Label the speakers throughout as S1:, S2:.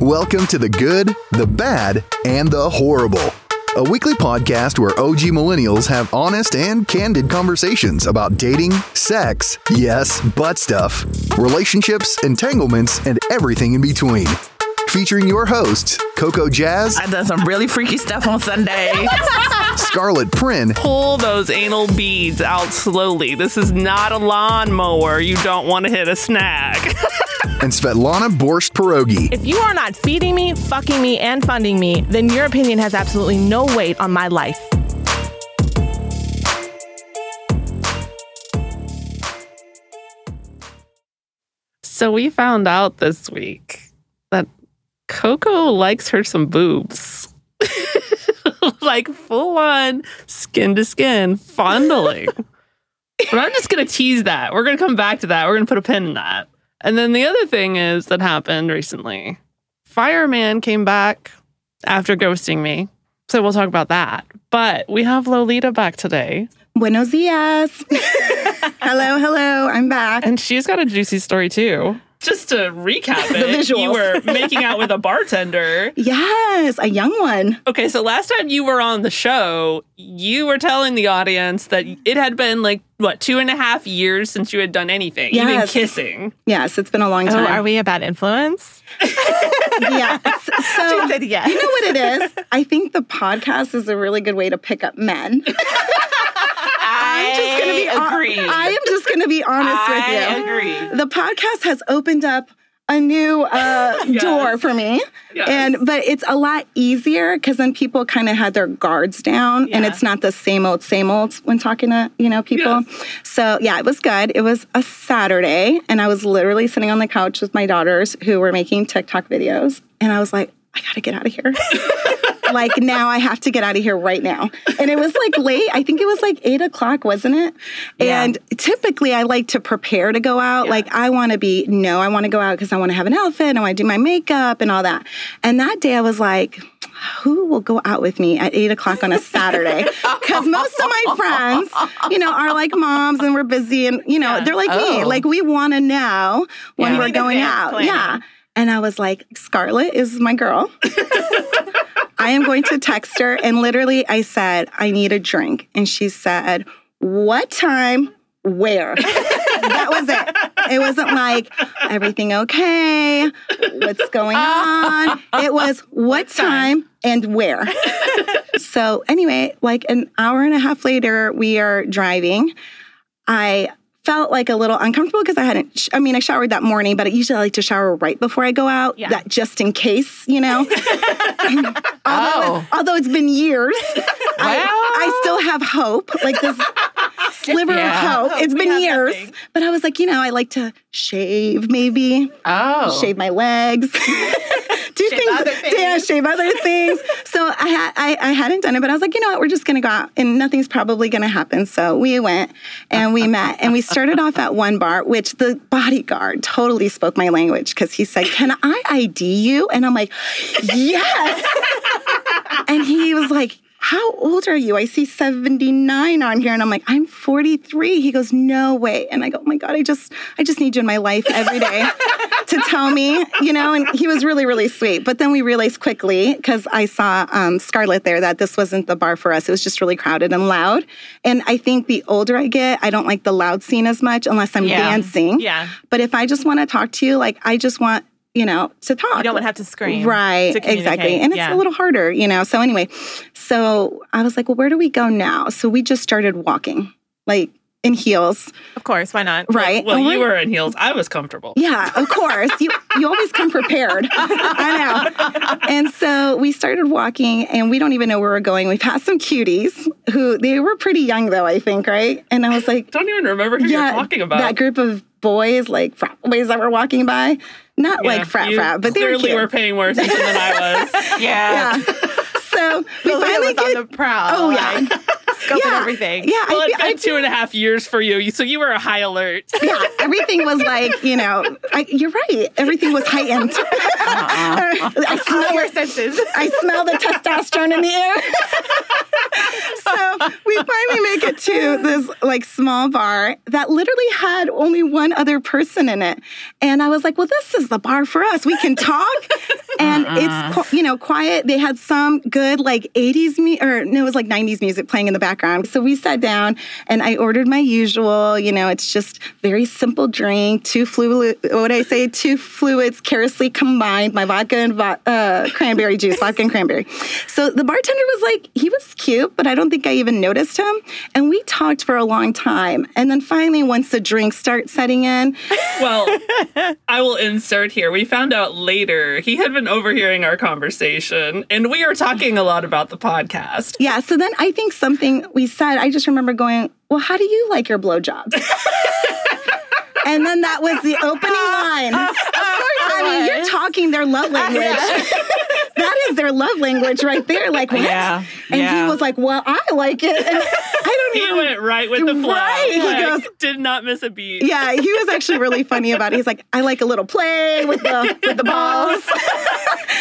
S1: Welcome to the good, the bad, and the horrible. A weekly podcast where OG millennials have honest and candid conversations about dating, sex, yes, butt stuff, relationships, entanglements, and everything in between. Featuring your hosts, Coco Jazz,
S2: I've done some really freaky stuff on Sunday.
S1: Scarlet Prin,
S3: pull those anal beads out slowly. This is not a lawnmower. You don't want to hit a snag.
S1: and Svetlana Borscht Pierogi.
S4: If you are not feeding me, fucking me, and funding me, then your opinion has absolutely no weight on my life.
S3: so we found out this week that Coco likes her some boobs. like full on skin to skin fondling. but I'm just going to tease that. We're going to come back to that. We're going to put a pin in that. And then the other thing is that happened recently Fireman came back after ghosting me. So we'll talk about that. But we have Lolita back today.
S5: Buenos dias. hello, hello. I'm back.
S3: And she's got a juicy story too. Just to recap it, you were making out with a bartender.
S5: Yes, a young one.
S3: Okay, so last time you were on the show, you were telling the audience that it had been like, what, two and a half years since you had done anything, even
S5: Yes.
S3: kissing.
S5: Yes, it's been a long time.
S4: Oh, are we a bad influence?
S5: yes. So,
S4: said yes.
S5: you know what it is? I think the podcast is a really good way to pick up men. I'm just gonna be hon- I am just going to be honest with you.
S3: agree.
S5: The podcast has opened up a new uh, door for me.
S3: Yes.
S5: And but it's a lot easier because then people kind of had their guards down, and it's not the same old, same old when talking to you know people. So yeah, it was good. It was a Saturday, and I was literally sitting on the couch with my daughters who were making TikTok videos, and I was like, I gotta get out of here. like now I have to get out of here right now. And it was like late. I think it was like eight o'clock, wasn't it? And typically I like to prepare to go out. Like I want to be, no, I want to go out because I want to have an outfit and I want to do my makeup and all that. And that day I was like, who will go out with me at eight o'clock on a Saturday? Because most of my friends, you know, are like moms and we're busy and, you know, they're like me. Like we want to know when
S3: Yeah.
S5: we're going out. Yeah. And I was like, Scarlett is my girl. I am going to text her. And literally, I said, I need a drink. And she said, What time? Where? that was it. It wasn't like, Everything okay? What's going on? It was, What time and where? so, anyway, like an hour and a half later, we are driving. I felt like a little uncomfortable because I hadn't, sh- I mean, I showered that morning, but I usually like to shower right before I go out, that just in case, you know? although, it- although it's been years, I, I still have hope, like this sliver of hope. It's been years, but I was like, you know, I like to shave maybe,
S3: Oh.
S5: shave my legs. Do things, yeah, shave other things. So I, ha- I I hadn't done it, but I was like, you know what? We're just gonna go out, and nothing's probably gonna happen. So we went and we met, and we started off at one bar, which the bodyguard totally spoke my language because he said, "Can I ID you?" And I'm like, "Yes." and he was like, How old are you? I see 79 on here. And I'm like, I'm 43. He goes, No way. And I go, Oh my God, I just I just need you in my life every day to tell me, you know, and he was really, really sweet. But then we realized quickly, because I saw um, Scarlett there, that this wasn't the bar for us. It was just really crowded and loud. And I think the older I get, I don't like the loud scene as much unless I'm dancing.
S4: Yeah.
S5: But if I just want to talk to you, like I just want, you know, to talk.
S4: You don't want to have to scream.
S5: Right,
S4: to
S5: exactly.
S4: communicate.
S5: And it's
S4: Yeah.
S5: a little harder, you know. So anyway, so I was like, well, where do we go now? So we just started walking, like in heels,
S4: Of course, why not?
S5: right?
S3: Well,
S5: And
S3: you
S5: we're-
S3: were in heels. I was comfortable.
S5: yeah, of course. You you always come prepared. I know. And so we started walking and we don't even know where we're going. We passed some cuties who they were pretty young though, I think, right? And I was like,
S3: Don't even remember who you're talking about.
S5: That group of boys, like frat boys that were walking by. Not
S3: Yeah,
S5: like frat
S3: you
S5: frat, but they were,
S3: clearly
S5: cute.
S3: were paying more attention than I was.
S4: Yeah.
S5: Yeah. So we finally
S4: Lolita was
S5: get
S4: on the prowl.
S5: Oh yeah.
S6: scoping
S5: Yeah.
S6: everything.
S5: Yeah,
S7: Well,
S5: I,
S7: it's
S5: fe- I
S7: been two and a half years for you, so you were a high alert.
S5: yeah, everything was like, you know, I, you're right. Everything was heightened. I, smell,
S6: Your senses.
S5: I smell the testosterone in the air. so we finally make it to this like small bar that literally had only one other person in it. And I was like, well, this is the bar for us. We can talk. and it's, qu- you know, quiet. They had some good like 80s music, or no, it was like 90s music playing in the background. So we sat down and I ordered my usual, you know, it's just very simple drink, two fluid, what would I say, two fluids carelessly combined, my vodka and vo- uh, cranberry juice, vodka and cranberry. So the bartender was like, he was cute, but I don't think I even noticed him. And we talked for a long time. And then finally, once the drinks start setting in,
S3: Well, I will insert here. We found out later he had been overhearing our conversation, and we are talking a lot about the podcast.
S5: yeah. So then I think something we said, I just remember going, well, how do you like your blowjobs? and then that was the opening line. I mean, you're talking their love language. that is their love language right there. Like, what?
S4: Yeah,
S5: And
S4: yeah.
S5: he was like, well, I like it. And I don't
S7: He
S5: even
S7: went right with the flow.
S5: Right, he
S7: Like,
S5: goes-
S7: did not miss a beat.
S5: Yeah, he was actually really funny about it. He's like, I like a little play with the with the balls.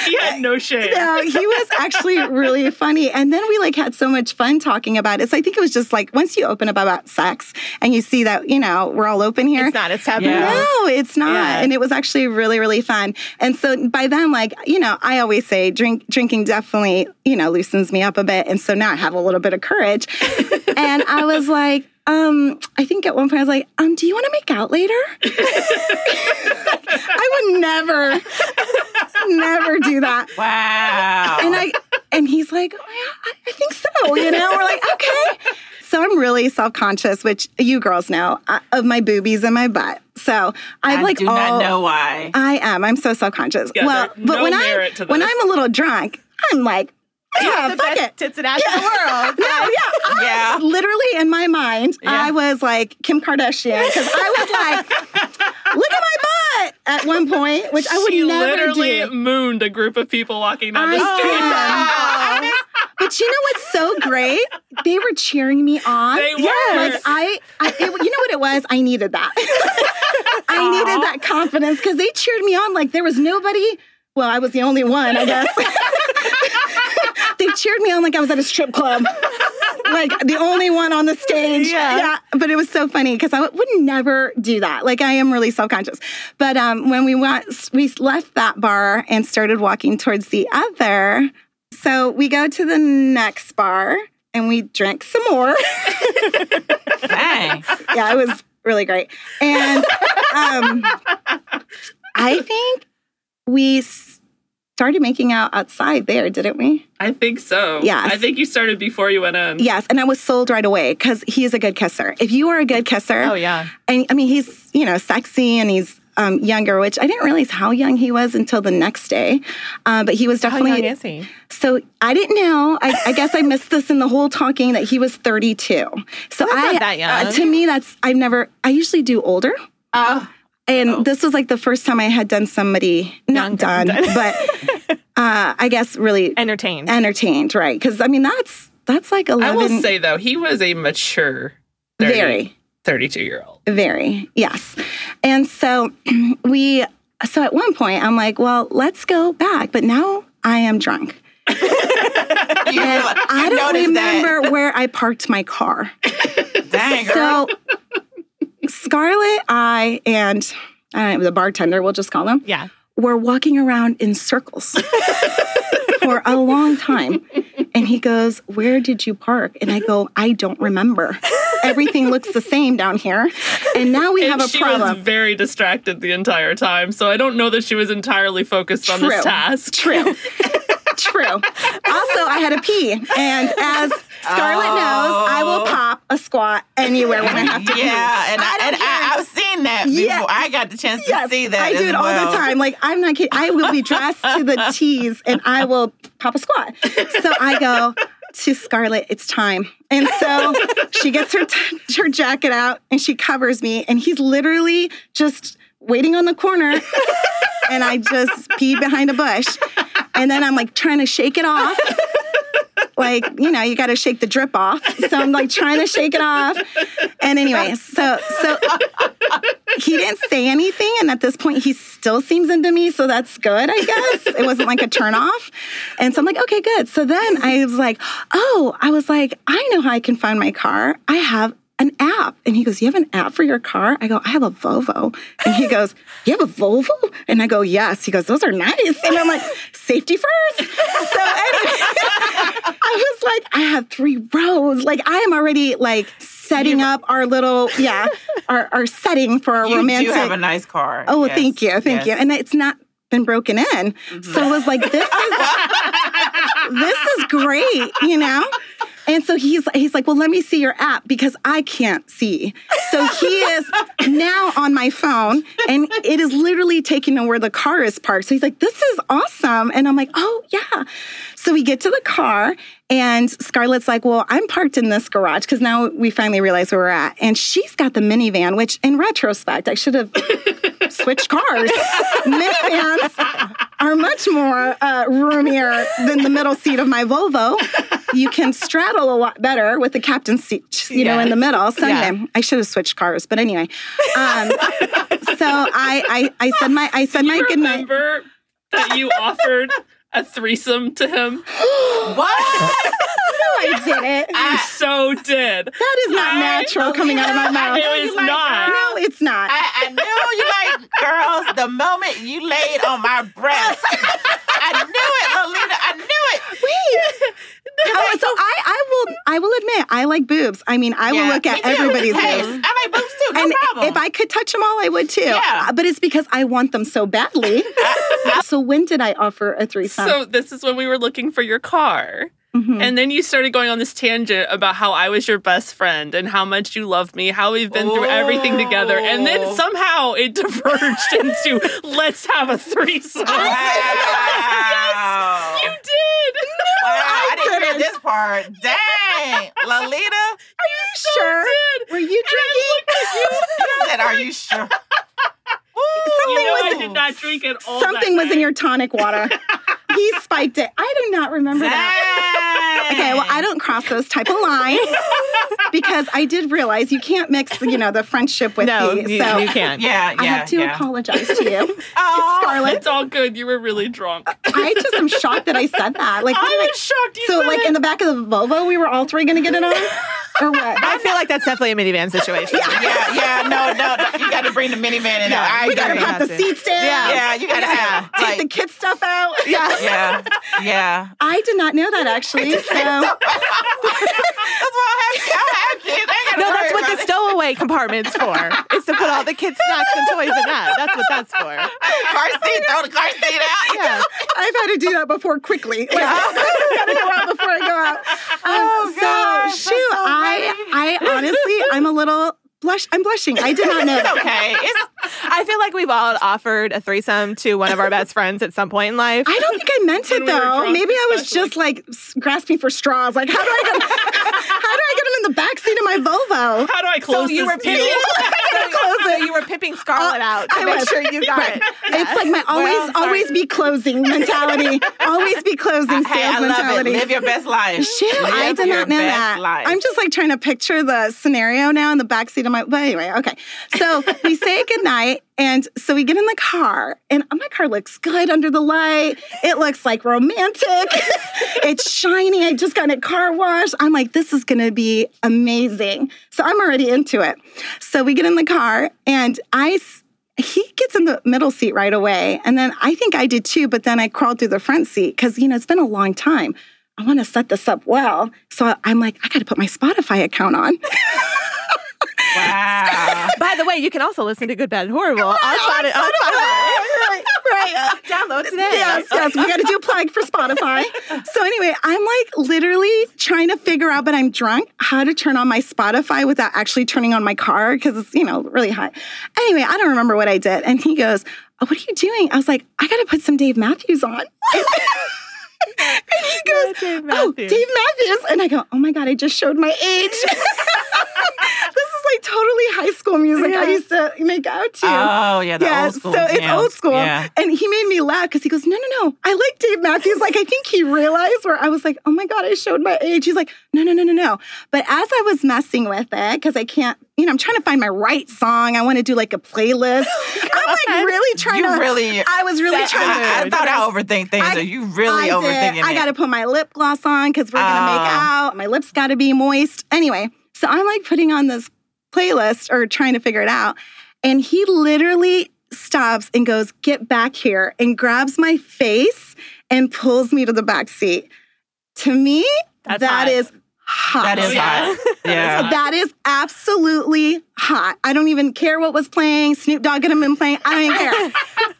S7: He had no shame.
S5: Yeah, he was actually really funny. And then we like had so much fun talking about it. So I think it was just like once you open up about sex and you see that, you know, we're all open here.
S6: It's not as taboo.
S4: Yeah.
S5: No, it's not.
S6: Yeah.
S5: And it was actually really, really fun. And so by then, like, you know, I always say drink drinking definitely, you know, loosens me up a bit. And so now I have a little bit of courage. and I was like, um, I think at one point I was like, um, do you want to make out later? I would never, never do that.
S4: Wow.
S5: And I and he's like, oh, yeah, I, I think so. You know, we're like, okay. So I'm really self conscious, which you girls know, uh, of my boobies and my butt. So I like oh.
S4: do
S5: all-
S4: not know why.
S5: I am. I'm so self conscious.
S3: Yeah,
S5: well,
S3: there's
S5: but
S3: no
S5: when I
S3: merit to
S5: when
S3: this.
S5: I'm a little drunk, I'm like, yeah,
S6: The
S5: fuck
S6: best
S5: it.
S6: tits and ass in the world.
S5: No, yeah, I-
S4: Yeah.
S5: literally in my mind, I was like Kim Kardashian because I was like, look at my butt at one point, which I would
S7: She
S5: never
S7: literally
S5: do.
S7: mooned a group of people walking down the
S5: I
S7: street.
S5: did. But you know what's so great? They were cheering me on.
S7: They were.
S5: Like I, I it, you know what it was? I needed that. I needed that confidence because they cheered me on like there was nobody. Well, I was the only one, I guess. they cheered me on like I was at a strip club. Like the only one on the stage.
S6: Yeah.
S5: But it was so funny because I would would never do that. Like I am really self conscious. But um, when we went, we left that bar and started walking towards the other. So we go to the next bar and we drank some more.
S4: Dang.
S5: yeah, it was really great. And um, I think we s- started making out outside there, didn't we?
S3: I think so.
S5: Yes.
S3: I think you started before you went in.
S5: Yes. And I was sold right away because he is a good kisser. If you are a good kisser,
S6: Oh yeah.
S5: and I mean, he's, you know, sexy and he's, um, younger, which I didn't realize how young he was until the next day, uh, but he was
S6: How
S5: definitely
S6: young is he?
S5: So I didn't know. I, I guess I missed this in the whole talking that he was 32. So I,
S6: not that young.
S5: uh, to me, that's I've never. I usually do older,
S4: Oh,
S5: and this was like the first time I had done somebody not done, but uh, I guess really
S6: Entertained.
S5: entertained, right? Because I mean, that's that's like 11.
S3: I will say though, he was a mature 30,
S5: very.
S3: 32 year old.
S5: Very, yes. And so we, so at one point, I'm like, well, let's go back. But now I am drunk. and I don't
S4: noticed that.
S5: remember where I parked my car.
S4: dang. girl.
S5: So Scarlett, I, and uh, the bartender, we'll just call him,
S6: Yeah.
S5: were walking around in circles for a long time. And he goes, Where did you park? And I go, I don't remember. Everything looks the same down here. And now we
S3: And
S5: have a
S3: she
S5: problem.
S3: was very distracted the entire time, so I don't know that she was entirely focused on this
S5: True.
S3: task.
S5: True. True. Also, I had a pee. And as Scarlett knows, I will pop a squat anywhere when I have to pee.
S4: Oh. Yeah, and I,
S5: I don't
S4: and I,
S5: care.
S4: I've seen that before.
S5: Yeah.
S4: I got the chance to
S5: Yes,
S4: see that.
S5: I do
S4: as
S5: it all
S4: well.
S5: the time. Like I'm not kidding. I will be dressed to the T's and I will pop a squat. So I go to Scarlett. It's time, and so she gets her t- her jacket out and she covers me, and he's literally just waiting on the corner, and I just pee behind a bush, and then I'm like trying to shake it off. like, you know, you got to shake the drip off. So I'm like trying to shake it off. And anyway, so so he didn't say anything and at this point he still seems into me, so that's good, I guess. It wasn't like a turnoff. And so I'm like, okay, good. So then I was like, oh, I was like, I know how I can find my car. I have an app. And he goes, You have an app for your car? I go, I have a Volvo. And he goes, You have a Volvo? And I go, Yes. He goes, Those are nice. And I'm like, Safety first. So anyway, I was like, I have three rows. Like, I am already like setting up our little, yeah, our, our setting for our
S4: You
S5: romantic.
S4: do have a nice car.
S5: oh,
S4: Yes,
S5: thank you. Thank
S4: yes. Mm-hmm.
S5: you. And it's not been broken in. So it was like, This is this is great, you know? And so he's he's like, well, let me see your app because I can't see. So he is now on my phone, and it is literally taking to where the car is parked. So he's like, this is awesome, and I'm like, oh yeah. So we get to the car, and Scarlett's like, well, I'm parked in this garage because now we finally realize where we're at, and she's got the minivan, which in retrospect I should have switched cars. Minivans are much more uh, roomier than the middle seat of my Volvo. You can straddle a lot better with the captain's seat, you know, in the middle. So anyway, I should have switched cars, but anyway. Um, so I, I, I said my, I said my goodnight.
S3: Remember that you offered a threesome to him?
S4: What?
S5: No, I didn't.
S3: You so did.
S5: That is not
S3: I
S5: natural coming out of my mouth.
S3: It is not.
S5: No, it's not.
S4: I, I knew you like girls the moment you laid on my breast. I knew it, Lolita. I knew it.
S5: Wait. Oh, so I, I will, I will admit, I like boobs. I mean, I will
S4: Yeah,
S5: look
S4: me
S5: at
S4: too.
S5: everybody's
S4: hey,
S5: boobs.
S4: I like boobs too. No
S5: and
S4: problem.
S5: if I could touch them all, I would too.
S4: Yeah.
S5: Uh, But it's because I want them so badly. so when did I offer a threesome?
S3: So this is when we were looking for your car.
S5: Mhm.
S3: And then you started going on this tangent about how I was your best friend and how much you loved me, how we've been through everything together. And then
S5: Oh.
S4: Ooh.
S3: somehow it diverged into let's have a threesome.
S4: wow.
S3: You did.
S4: Wow, I didn't hear
S5: didn't.
S4: this part. Dang, Lolita.
S5: sure. Were you drinking?
S4: I said, "Are you sure?" Ooh,
S3: You know I
S5: was-
S3: did not drink at all.
S5: Something
S3: that
S5: was in
S3: night.
S5: your tonic water. he spiked it. I do not remember that.
S4: Dang.
S5: Okay, well, I don't cross those type of lines because I did realize you can't mix, you know, the friendship with
S6: No,
S5: the.
S6: you,
S5: so
S6: you can't.
S4: Yeah, yeah,
S5: I have to
S4: yeah.
S5: apologize to you,
S4: Oh,
S5: Scarlett.
S3: It's all good. You were really drunk.
S5: I just am shocked that I said that. Like,
S3: I
S5: what did
S3: was shocked you
S5: so
S3: said
S5: like
S3: it.
S5: in the back of the Volvo, we were all three going to get it on, or what?
S6: I feel like that's definitely a minivan situation.
S4: yeah, yeah. No, no, no. You got to bring the minivan in.
S6: Yeah,
S4: I
S5: we gotta
S4: agree.
S5: pop the
S6: Yeah.
S5: seats down.
S4: Yeah, you got to have
S5: Take
S4: like,
S5: the kid stuff out.
S6: Yeah.
S4: yeah, yeah.
S5: I did not know that actually. So
S4: That's why I have, I have kids. I ain't gotta
S6: No,
S4: worry
S6: that's what
S4: about
S6: the
S4: it.
S6: stowaway compartment's for. Is to put all the kids' snacks and toys in that. That's what that's for.
S4: car seat. Throw the car seat out.
S6: Yeah.
S5: I've had to do that before quickly. Like, I gotta go out before I go out. Um,
S4: gosh,
S5: so
S4: that's
S5: shoot,
S4: so
S5: I I honestly I'm a little blush. I'm blushing. I did not know
S4: It's
S5: that.
S4: okay. It's
S6: I feel like we've all offered a threesome to one of our best friends at some point in life.
S5: I don't think I meant it
S3: When we were
S5: though.
S3: drunk,
S5: Maybe I was
S3: especially.
S5: just like s- grasping for straws. Like how do I get how do I get him in the backseat of my Volvo?
S3: How do I close
S6: you
S3: this
S6: were
S3: deal?
S6: picked.
S5: Close
S6: So
S5: it.
S6: you were pimping Scarlett out to
S5: I
S6: make
S5: was.
S6: sure you got
S5: Right.
S6: it.
S5: It's like my always
S4: Well, sorry.
S5: always be closing mentality. always be closing sales
S4: hey, I love
S5: mentality.
S4: it. Live your best life.
S5: Shit,
S4: Live
S5: I did
S4: your
S5: not know
S4: best
S5: that.
S4: Life.
S5: I'm just like trying to picture the scenario now in the backseat of my. But anyway, okay. So we say goodnight, and so we get in the car, and my car looks good under the light. It looks like romantic. it's shiny. I just got it car washed. I'm like, this is gonna be amazing. So I'm already into it. So we get in the car, and I. s- He gets in the middle seat right away. And then I think I did too, but then I crawled through the front seat because, you know, it's been a long time. I want to set this up well. So I'm like, I got to put my Spotify account on.
S4: wow.
S6: By the way, you can also listen to Good, Bad, and Horrible on Spotify. On Spotify.
S5: right, right. uh,
S6: Download today.
S5: Yes, yes, we got to do a plug for Spotify. So anyway, I'm like literally trying to figure out, but I'm drunk, how to turn on my Spotify without actually turning on my car because it's you know really hot. Anyway, I don't remember what I did, and he goes, oh, "What are you doing?" I was like, "I got to put some Dave Matthews on." he goes,
S6: Dave
S5: Oh,
S6: Matthews.
S5: Dave Matthews. And I go, oh my God, I just showed my age. this is like totally high school music I
S6: Yeah.
S5: used to make out to.
S4: Oh yeah, the
S5: yeah,
S4: old school.
S5: so it's
S4: jams.
S5: old school.
S4: Yeah.
S5: And he made me laugh because he goes, No, no, no. I like Dave Matthews. Like, I think he realized where I was like, Oh my God, I showed my age. He's like, No, no, no, no, no. But as I was messing with it, because I can't, you know, I'm trying to find my right song. I want to do like a playlist. I'm like really trying
S4: you
S5: to.
S4: really.
S5: I was really
S4: that-
S5: trying to.
S4: I, I thought I overthink things.
S5: I-
S4: so you really
S5: I
S4: overthinking
S5: did. I
S4: it.
S5: got to put my lip gloss on because we're gonna make
S4: Ah.
S5: out. My lips got to be moist. Anyway, so I'm like putting on this playlist or trying to figure it out, and he literally stops and goes, "Get back here!" and grabs my face and pulls me to the back seat. To me,
S6: That's
S5: that
S6: hot.
S5: is hot.
S4: that is
S3: Yeah.
S4: hot. Yeah.
S5: Oh, That is absolutely hot. I don't even care what was playing. Snoop Dogg and him been playing. I don't even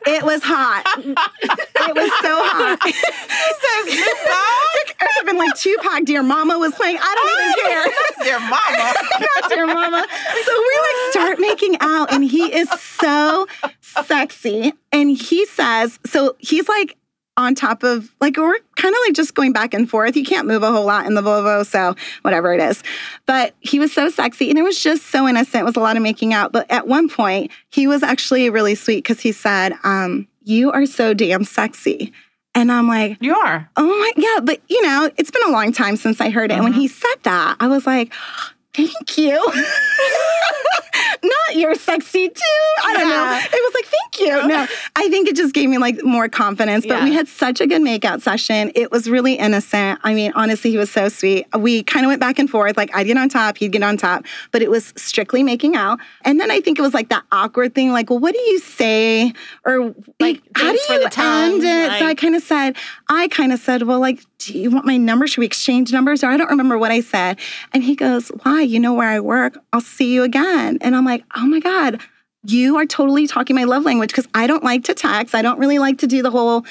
S5: care. it was hot. It was so hot.
S4: Says Snoop Dogg,
S5: There could have been like Tupac, Dear Mama was playing. I don't
S4: Dear
S5: even care.
S4: mama.
S5: Not Dear Mama. So we like start making out, and he is so sexy. And he says, so he's like on top of, like, we're kind of like just going back and forth. You can't move a whole lot in the Volvo, so whatever it is. But he was so sexy, and it was just so innocent. It was a lot of making out. But at one point, he was actually really sweet because he said, um, You are so damn sexy. And I'm like,
S4: You are.
S5: Oh my yeah, but you know, it's been a long time since I heard it. And when
S4: Uh-huh.
S5: he said that, I was like, thank you. Not you're sexy too. I don't know. It was like, thank you. No, I think it just gave me like more confidence. But we had such a good makeout session. It was really innocent. I mean, honestly, he was so sweet. We kind of went back and forth. Like I'd get on top, he'd get on top, but it was strictly making out. And then I think it was like that awkward thing, like, well, what do you say? Or like, how do
S4: thanks for
S5: you
S4: the time,
S5: end it? so I
S4: like-
S5: kind of said, I kind of said, well, like, do you want my number? Should we exchange numbers? Or I don't remember what I said. And he goes, why? You know where I work. I'll see you again. And I'm like, oh my God, you are totally talking my love language because I don't like to text. I don't really like to do the whole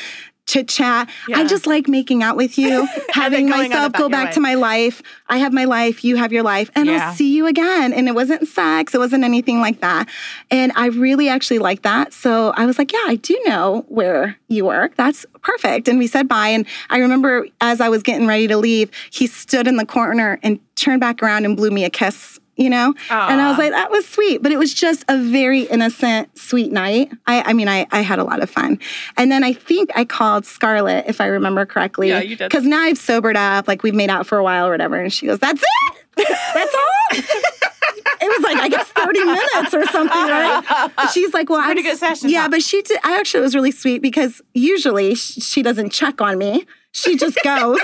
S5: chit chat. I
S6: Yeah.
S5: just like making out with you, having
S6: going on
S5: myself
S6: about
S5: go
S6: your
S5: back
S6: life.
S5: to my life. I have my life, you have your life, and
S4: Yeah.
S5: I'll see you again. And it wasn't sex, it wasn't anything like that. And I really actually liked that. So I was like, yeah, I do know where you work. That's perfect. And we said bye. And I remember as I was getting ready to leave, he stood in the corner and turned back around and blew me a kiss. You know, and I was like, that was sweet, but it was just a very innocent, sweet night. I, I mean, I, I had a lot of fun. And then I think I called Scarlett, if I remember correctly.
S3: Yeah, you did.
S5: Because now I've sobered up, like we've made out for a while or whatever. And she goes, that's it. That's all. it was like, I guess 30 minutes or something, right? She's like, well,
S4: pretty
S5: I'm
S4: good
S5: s-
S4: session,
S5: Yeah,
S4: huh?
S5: but she did. I actually it was really sweet because usually sh- she doesn't check on me. She just goes.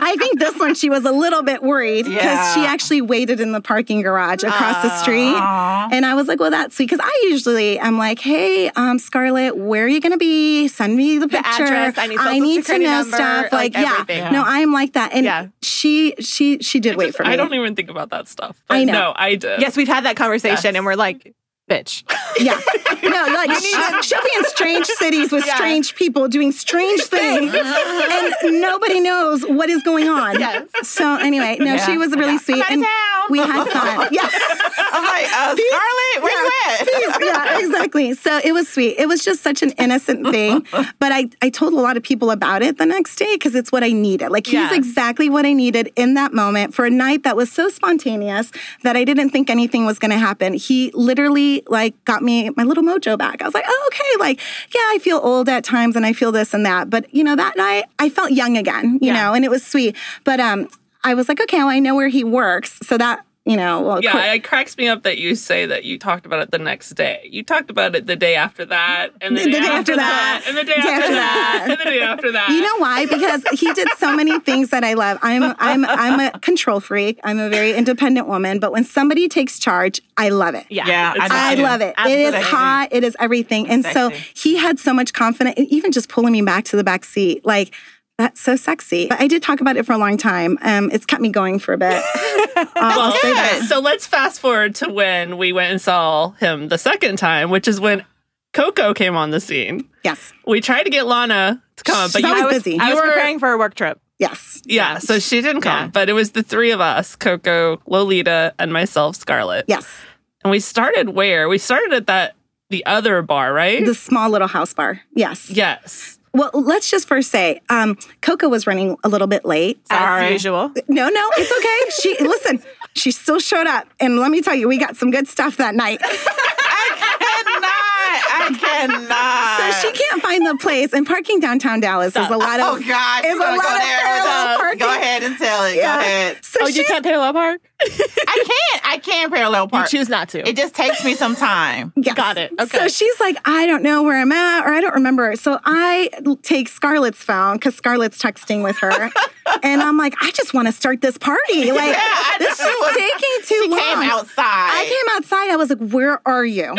S5: I think this one she was a little bit worried because
S4: Yeah.
S5: she actually waited in the parking garage across the street. And I was like, well, that's sweet. Because I usually am like, hey, um, Scarlett, where are you going to be? Send me the picture.
S6: address. I need social
S5: to
S6: security
S5: know
S6: number,
S5: stuff. Like,
S6: like,
S5: yeah.
S6: everything.
S5: No, I'm like that. And
S6: Yeah.
S5: she she she did wait for me.
S3: I don't even think about that stuff.
S5: I
S3: But
S5: know.
S3: No, I did.
S6: Yes, we've had that conversation, and we're like, bitch.
S5: Yeah. No, like she, she'll be in strange cities with strange people doing strange things, and nobody knows what is going on. So anyway, no, she was really sweet,
S4: out of
S5: and
S4: town.
S5: we had fun. Yeah.
S4: I'm like, uh, Scarlett, where you at?
S5: Please, yeah, exactly. So it was sweet. It was just such an innocent thing. But I, I told a lot of people about it the next day because it's what I needed. Like, he's
S6: Yeah.
S5: exactly what I needed in that moment for a night that was so spontaneous that I didn't think anything was going to happen. He literally, like, got me my little mojo back. I was like, oh, okay. Like, yeah, I feel old at times and I feel this and that. But, you know, that night I felt young again, you know, and it was sweet. But um, I was like, okay, well, I know where he works. So that, you know, well,
S3: Yeah,
S5: quick-
S3: it cracks me up that you say that you talked about it the next day. You talked about it the day after that, and the, day, after that, and the day after, that, and the day after that.
S5: You know why? Because he did so many things that I love. I'm I'm I'm a control freak. I'm a very independent woman, but when somebody takes charge, I love it.
S6: Yeah.
S4: Yeah, I, do
S5: I
S4: too.
S5: love it. It is
S4: Absolutely.
S5: hot. It is everything. And so
S4: Sexy.
S5: he had so much confidence, and even just pulling me back to the back seat, like that's so sexy. But I did talk about it for a long time. Um, it's kept me going for a bit. Um,
S3: Well,
S5: I'll say that.
S4: that.
S3: so let's fast forward to when we went and saw him the second time, which is when Coco came on the scene.
S5: Yes,
S3: We tried to get Lana to come, but you
S5: She's always
S6: I was
S5: busy.
S6: I was
S3: You were-
S6: preparing for a work trip.
S5: yes.
S3: yeah, so she didn't come.
S6: Yeah.
S3: But it was the three of us, Coco, Lolita, and myself, Scarlett.
S5: Yes,
S3: And we started where? We started at that the other bar, right?
S5: the small little house bar. Yes.
S3: yes.
S5: Well, let's just first say, um, Coco was running a little bit late.
S6: As usual.
S5: No, no, it's okay. She listen. She still showed up. And let me tell you, we got some good stuff that night.
S4: I cannot. I cannot.
S5: so she can't find the place. And parking downtown Dallas is a lot of.
S4: Uh, oh God,
S5: It's
S4: you
S5: a
S4: gonna
S5: lot
S4: go
S5: of
S4: there. with
S5: parallel
S4: us.
S5: parking.
S4: Go ahead and tell it. Go ahead.
S5: So
S7: oh,
S5: she,
S7: you can't parallel park?
S4: I can't. I can parallel
S6: You
S4: park.
S6: choose not to.
S4: It just takes me some time.
S5: Yes.
S6: Got it. Okay.
S5: So she's like, I don't know where I'm at, or I don't remember. So I l- take Scarlett's phone because Scarlett's texting with her, and I'm like, I just want to start this party. Like
S4: I know.
S5: this is
S4: She was-
S5: taking too long.
S4: Came outside.
S5: I came outside. I was like, "Where are you?"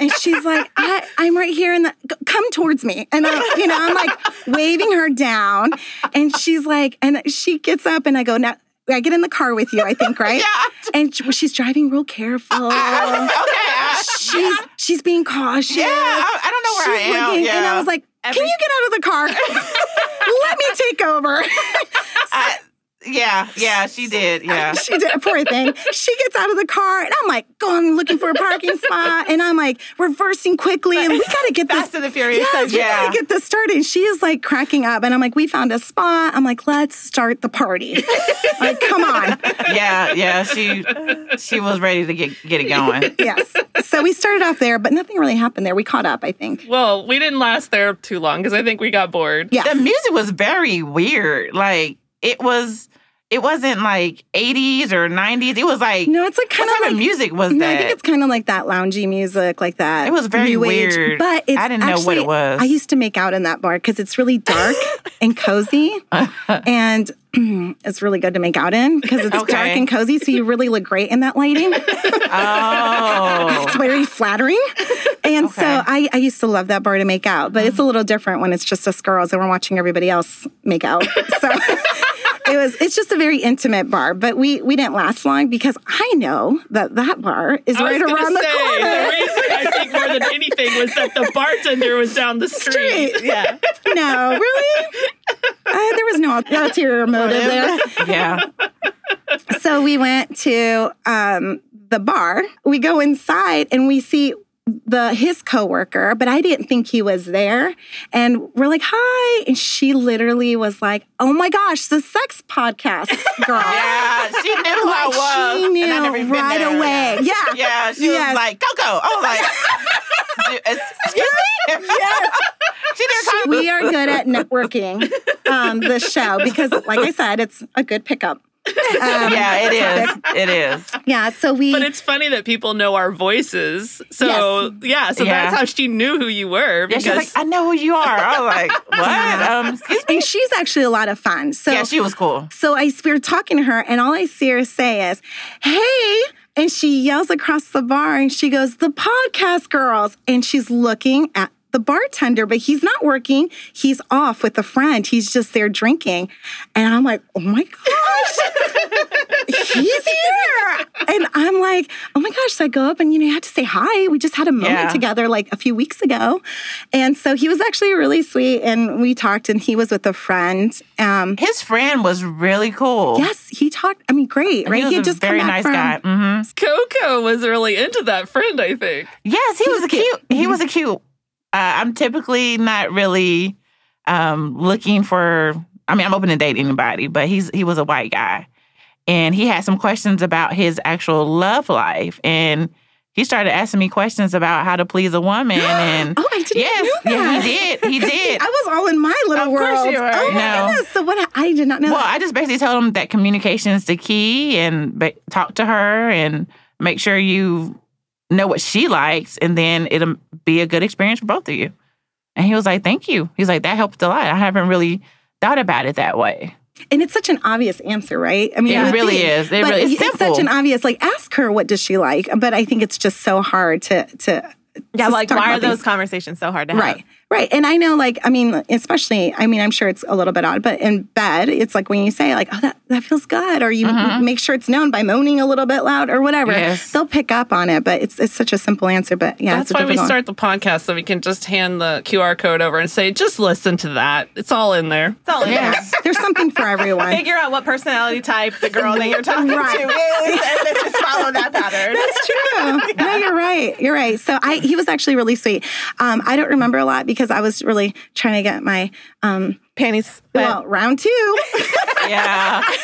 S5: and she's like, I, "I'm right here." And come towards me. And I, you know, I'm like waving her down. And she's like, and she gets up, and I go, "Now, I get in the car with you, I think, right?"
S4: Yeah.
S5: And she- she's driving real careful.
S4: Okay. I,
S5: she's she's being cautious.
S4: yeah. I, I don't know where
S5: she's
S4: I am.
S5: looking,
S4: yeah.
S5: and I was like, "Can you get out of the car? Let me take over."
S4: I- yeah, yeah, she did. Yeah.
S5: she did poor thing. She gets out of the car, and I'm like going looking for a parking spot, and I'm like reversing quickly, and we gotta get this.
S4: Fast and the Furious.
S5: Yes, we
S4: yeah.
S5: gotta get this started. And she is like cracking up, and I'm like, "We found a spot." I'm like, "Let's start the party." like, come on,
S4: yeah, yeah. She she was ready to get get it going.
S5: yes. So we started off there, but nothing really happened there. We caught up, I think.
S3: Well, we didn't last there too long because I think we got bored.
S5: Yes.
S4: The music was very weird. Like it was it wasn't like 80s or 90s. It was like
S5: no, it's like
S4: what
S5: kind
S4: type
S5: of
S4: of
S5: like
S4: music was
S5: No,
S4: that?
S5: I think it's kind of like that loungy music, like that.
S4: It was very
S5: new age,
S4: weird.
S5: but it's
S4: I didn't know what
S5: actually-
S4: it was.
S5: I used to make out in that bar because it's really dark and cozy, and it's really good to make out in because it's
S4: Okay.
S5: dark and cozy. So you really look great in that lighting. it's
S4: oh.
S5: very flattering, and so
S4: Okay.
S5: I, I used to love that bar to make out. But
S3: Mm-hmm.
S5: it's a little different when it's just us girls and we're watching everybody else make out. So. It was. It's just a very intimate bar, but we we didn't last long because I know that that bar is
S3: I was
S5: right
S3: gonna
S5: around the
S3: say,
S5: corner.
S3: The reason I think more than anything was that the bartender was down the street.
S5: Yeah. No, really? Uh, there was no ulterior motive there.
S4: Yeah.
S5: So we went to um, the bar. We go inside and we see the his coworker, but I didn't think he was there. And we're like, "Hi!" And she literally was like, "Oh my gosh, the sex podcast girl."
S4: Yeah. She knew who I
S5: Like,
S4: was.
S5: she
S4: and I
S5: knew
S4: never even been
S5: right
S4: there.
S5: away. Yeah.
S4: Yeah, she
S5: Yes.
S4: was like Coco. Oh my! Excuse me.
S5: Yes.
S4: She didn't call me.
S5: we are good at networking um, the show because, like I said, it's a good pickup. Um,
S4: Yeah, it is. It is.
S5: Yeah, so we.
S3: But it's funny that people know our voices. So yeah, so
S4: Yeah.
S3: that's how she knew who you were
S4: Yeah,
S3: because
S4: she's like, I know who you are. I was like, what? Um, excuse me.
S5: and she's actually a lot of fun. So
S4: Yeah, she was cool.
S5: so I we were talking to her, and all I see her say is, "Hey." And she yells across the bar and she goes, The podcast girls. And she's looking at the bartender, but he's not working. He's off with a friend. He's just there drinking. And I'm like, Oh my gosh. he's here. And I'm like, oh my gosh. So I go up and, you know, you have to say hi. We just had a moment
S4: Yeah.
S5: together like a few weeks ago. And so he was actually really sweet. And we talked and he was with a friend. Um,
S4: His friend was really cool.
S5: yes, he talked. I mean, great, right?
S4: He was
S5: had
S4: a
S5: just
S4: very
S5: come back
S4: nice
S5: from,
S4: guy. hmm
S3: Coco was really into that friend, I think.
S4: Yes, he, was, a cute. He was a cute. Uh, I'm typically not really um, looking for. I mean, I'm open to date anybody, but he's he was a white guy, and he had some questions about his actual love life, and he started asking me questions about how to please a woman, and
S5: Oh, I didn't
S4: Mm. yes,
S5: know that.
S4: yeah, he did, he did.
S5: I was all in my little
S4: Of course
S5: world.
S4: you were.
S5: Oh my
S4: No.
S5: goodness. So what? I did not know.
S4: Well,
S5: that.
S4: I just basically told him that communication is the key, and ba talk to her and make sure you know what she likes, and then it'll be a good experience for both of you. And he was like, "Thank you." He's like, "That helped a lot. I haven't really thought about it that way."
S5: and it's such an obvious answer, right? I mean, I
S4: it
S5: would
S4: really
S5: think-
S4: is. It
S5: but
S4: really it's
S5: it's
S4: simple.
S5: such an obvious. Like, ask her what does she like. But I think it's just so hard to to
S6: yeah,
S5: to
S6: like
S5: talk
S6: why are
S5: about these-
S6: those conversations so hard to have?
S5: Right. Right. And I know, like, I mean, especially, I mean, I'm sure it's a little bit odd, but in bed, it's like when you say, like, oh, that, that feels good, or you
S3: Mm-hmm.
S5: make sure it's known by moaning a little bit loud or whatever,
S4: Yes.
S5: they'll pick up on it. But it's, it's such a simple answer. But yeah,
S3: That's
S5: it's a
S3: why we
S5: difficult one.
S3: start the podcast so we can just hand the QR code over and say, just listen to that. It's all in there.
S6: It's all in there.
S4: Yes.
S5: There's something for everyone.
S6: Figure out what personality type the girl that you're talking
S5: Right.
S6: to is, and then just follow that pattern.
S5: That's true. No, you're right. You're right. So I, he was actually really sweet. Um, I don't remember a lot because I was really trying to get my, um,
S6: Panties.
S5: well, round two.
S4: yeah.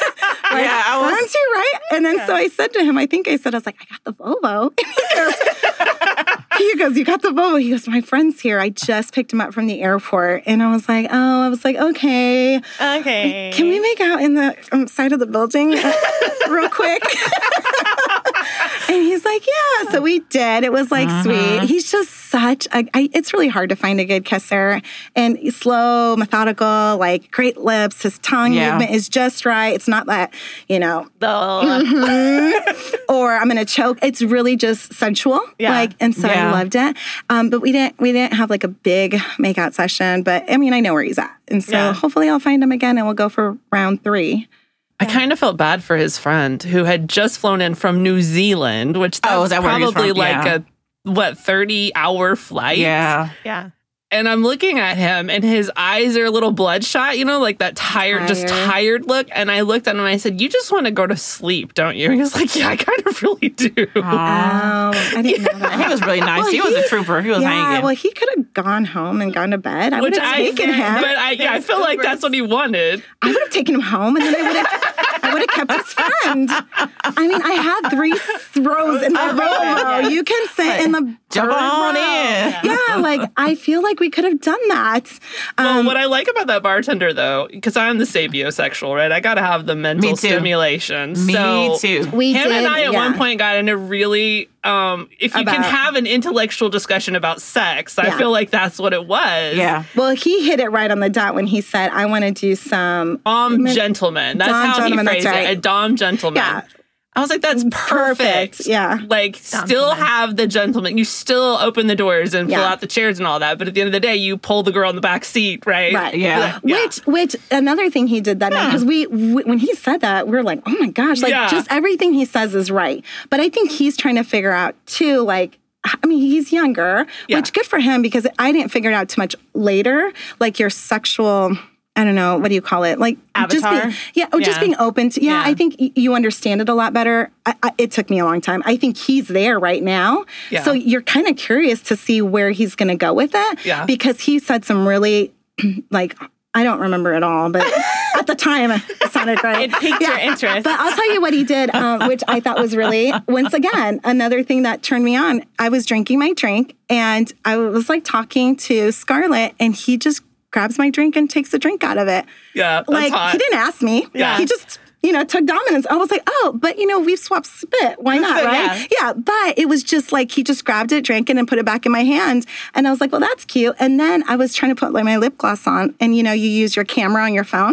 S5: Like,
S4: yeah, I was
S5: aren't you right? And then so I said to him, I think I said, I was like, I got the Volvo. he, goes, he goes, You got the Volvo. He goes, My friend's here. I just picked him up from the airport. And I was like, Oh, I was like, Okay,
S8: Okay.
S5: can we make out in the um, side of the building uh, real quick? and he's like, Yeah. So we did. It was like sweet. He's just such a, I, it's really hard to find a good kisser. And he's slow, methodical, like great lips. His tongue
S4: Yeah.
S5: movement is just right. It's not that, you know,
S8: The-
S5: or I'm gonna choke. It's really just sensual.
S8: Yeah.
S5: Like, and so
S4: Yeah.
S5: I loved it. Um, but we didn't we didn't have like a big makeout session. But I mean, I know where he's at, and so
S8: Yeah.
S5: hopefully I'll find him again, and we'll go for round three.
S3: I kind of felt bad for his friend who had just flown in from New Zealand, which that
S4: Oh, is
S3: was
S4: that where he was
S3: probably
S4: from?
S3: like
S4: Yeah.
S3: a what thirty hour flight.
S4: yeah.
S8: yeah.
S3: And I'm looking at him, and his eyes are a little bloodshot, you know, like that tired, just
S5: Tired.
S3: tired look. And I looked at him and I said, "You just want to go to sleep, don't you?" And he was like, "Yeah, I kind of really do."
S4: Aw.
S5: Oh, I didn't know that.
S4: He was really nice.
S5: Well,
S4: he, was a trooper. He was
S5: yeah,
S4: hanging.
S5: well, he could have gone home and gone to bed. I would have taken him.
S3: but I, yeah, I feel like that's what he wanted.
S5: I would have taken him home, and then I would have. I would have kept his friend. I mean, I had three rows in the Volvo. You can sit in the
S4: Jump
S5: third
S4: on
S5: row.
S4: in.
S5: yeah, like I feel like we could have done that.
S3: Well,
S5: Um,
S3: what I like about that bartender, though, because I'm the sapiosexual, right? I got to have the mental
S4: too.
S3: stimulation.
S4: Me
S3: so
S4: too.
S5: we
S3: Him
S5: did,
S3: and I at
S5: yeah.
S3: one point got into really, um, if you can
S5: About-
S3: have an intellectual discussion about sex, I
S5: Yeah.
S3: feel like that's what it was.
S4: Yeah.
S5: Well, he hit it right on the dot when he said, "I want to do some."
S3: Dom gentleman. That's
S5: Mm-hmm. Dom
S3: how
S5: gentleman,
S3: he
S5: that's
S3: phrased
S5: right.
S3: it. A Dom gentleman.
S5: Yeah.
S3: I was like, that's perfect.
S5: Perfect, yeah.
S3: Like, still have the gentleman. You still open the doors and pull
S5: Yeah.
S3: out the chairs and all that. But at the end of the day, you pull the girl in the back seat, right?
S5: Right.
S4: Yeah.
S5: Which, which another thing he did that night because we, w- when he said that, we were like, "Oh my gosh!" Like,
S3: Yeah.
S5: just everything he says is right. But I think he's trying to figure out too, like. I mean, he's younger, which good for him because I didn't figure it out too much later. Like your sexual, I don't know, what do you call it? Like just
S4: Avatar?
S5: being, yeah, or just
S4: Yeah.
S5: being open to. Yeah, I think y- you understand it a lot better. I, I, it took me a long time. I think he's there right now,
S3: Yeah.
S5: so you're kind of curious to see where he's going to go with it.
S3: Yeah.
S5: because he said some really like I don't remember at all, but at the time it sounded right.
S8: It piqued your interest.
S5: But I'll tell you what he did, um, which I thought was really, once again, another thing that turned me on. I was drinking my drink and I was like talking to Scarlett, and he just grabs my drink and takes a drink out of it.
S3: Yeah. That's
S5: Like,
S3: hot.
S5: he didn't ask me.
S3: Yeah.
S5: He just, you know, took dominance. I was like, oh, but you know, we've swapped spit. Why not, right? Yeah. But it was just like he just grabbed it, drank it, and put it back in my hand. And I was like, well, that's cute. And then I was trying to put like my lip gloss on, and you know, you use your camera on your phone.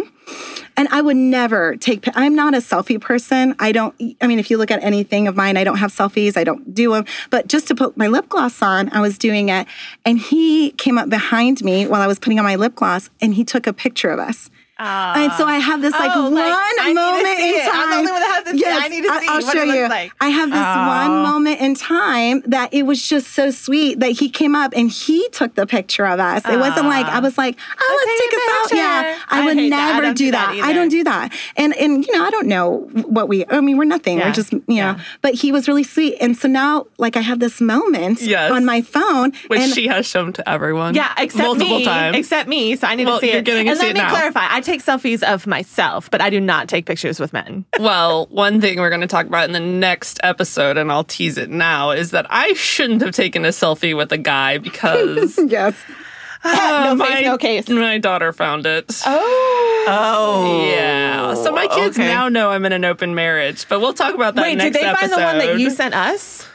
S5: And I would never take. pi- I'm not a selfie person. I don't. I mean, if you look at anything of mine, I don't have selfies. I don't do them. But just to put my lip gloss on, I was doing it, and he came up behind me while I was putting on my lip gloss, and he took a picture of us. and so I have this like
S8: Oh,
S5: one
S8: like, I need to
S5: moment
S8: see
S5: in
S8: it.
S5: time.
S8: I'm the only one that has this. I need to
S5: I-
S8: see
S5: I'll
S8: what
S5: show
S8: it looks
S5: you.
S8: like. Oh.
S5: I have this one moment in time that it was just so sweet that he came up and he took the picture of us. It wasn't like I was like, oh, let's
S8: take
S5: take
S8: a
S5: us out. Yeah,
S8: picture.
S5: I,
S8: I
S5: would
S8: hate that. I
S5: never
S8: don't
S5: do,
S8: do that
S5: that. I don't do that. And and you know, I don't know what we. I mean, we're nothing.
S8: Yeah.
S5: We're just you know. But he was really sweet, and so now like I have this moment
S3: Yes.
S5: on my phone,
S3: Which
S5: and
S3: she has shown to everyone.
S8: Yeah, except
S3: multiple
S8: me,
S3: times.
S8: Except me, so I need
S3: Well,
S8: to see
S3: you're
S8: it.
S3: getting to
S8: and
S3: see
S8: let
S3: it
S8: me
S3: now.
S8: clarify: I take selfies of myself, but I do not take pictures with men.
S3: well, one thing we're going to talk about in the next episode, and I'll tease it now, is that I shouldn't have taken a selfie with a guy because
S5: yes,
S3: uh,
S8: No face, no case.
S3: my daughter found it.
S8: Oh,
S4: Oh.
S3: Yeah. So my kids
S4: okay.
S3: now know I'm in an open marriage, but we'll talk about that
S8: wait, did
S3: next
S8: they find the one that you
S3: episode.
S8: sent us?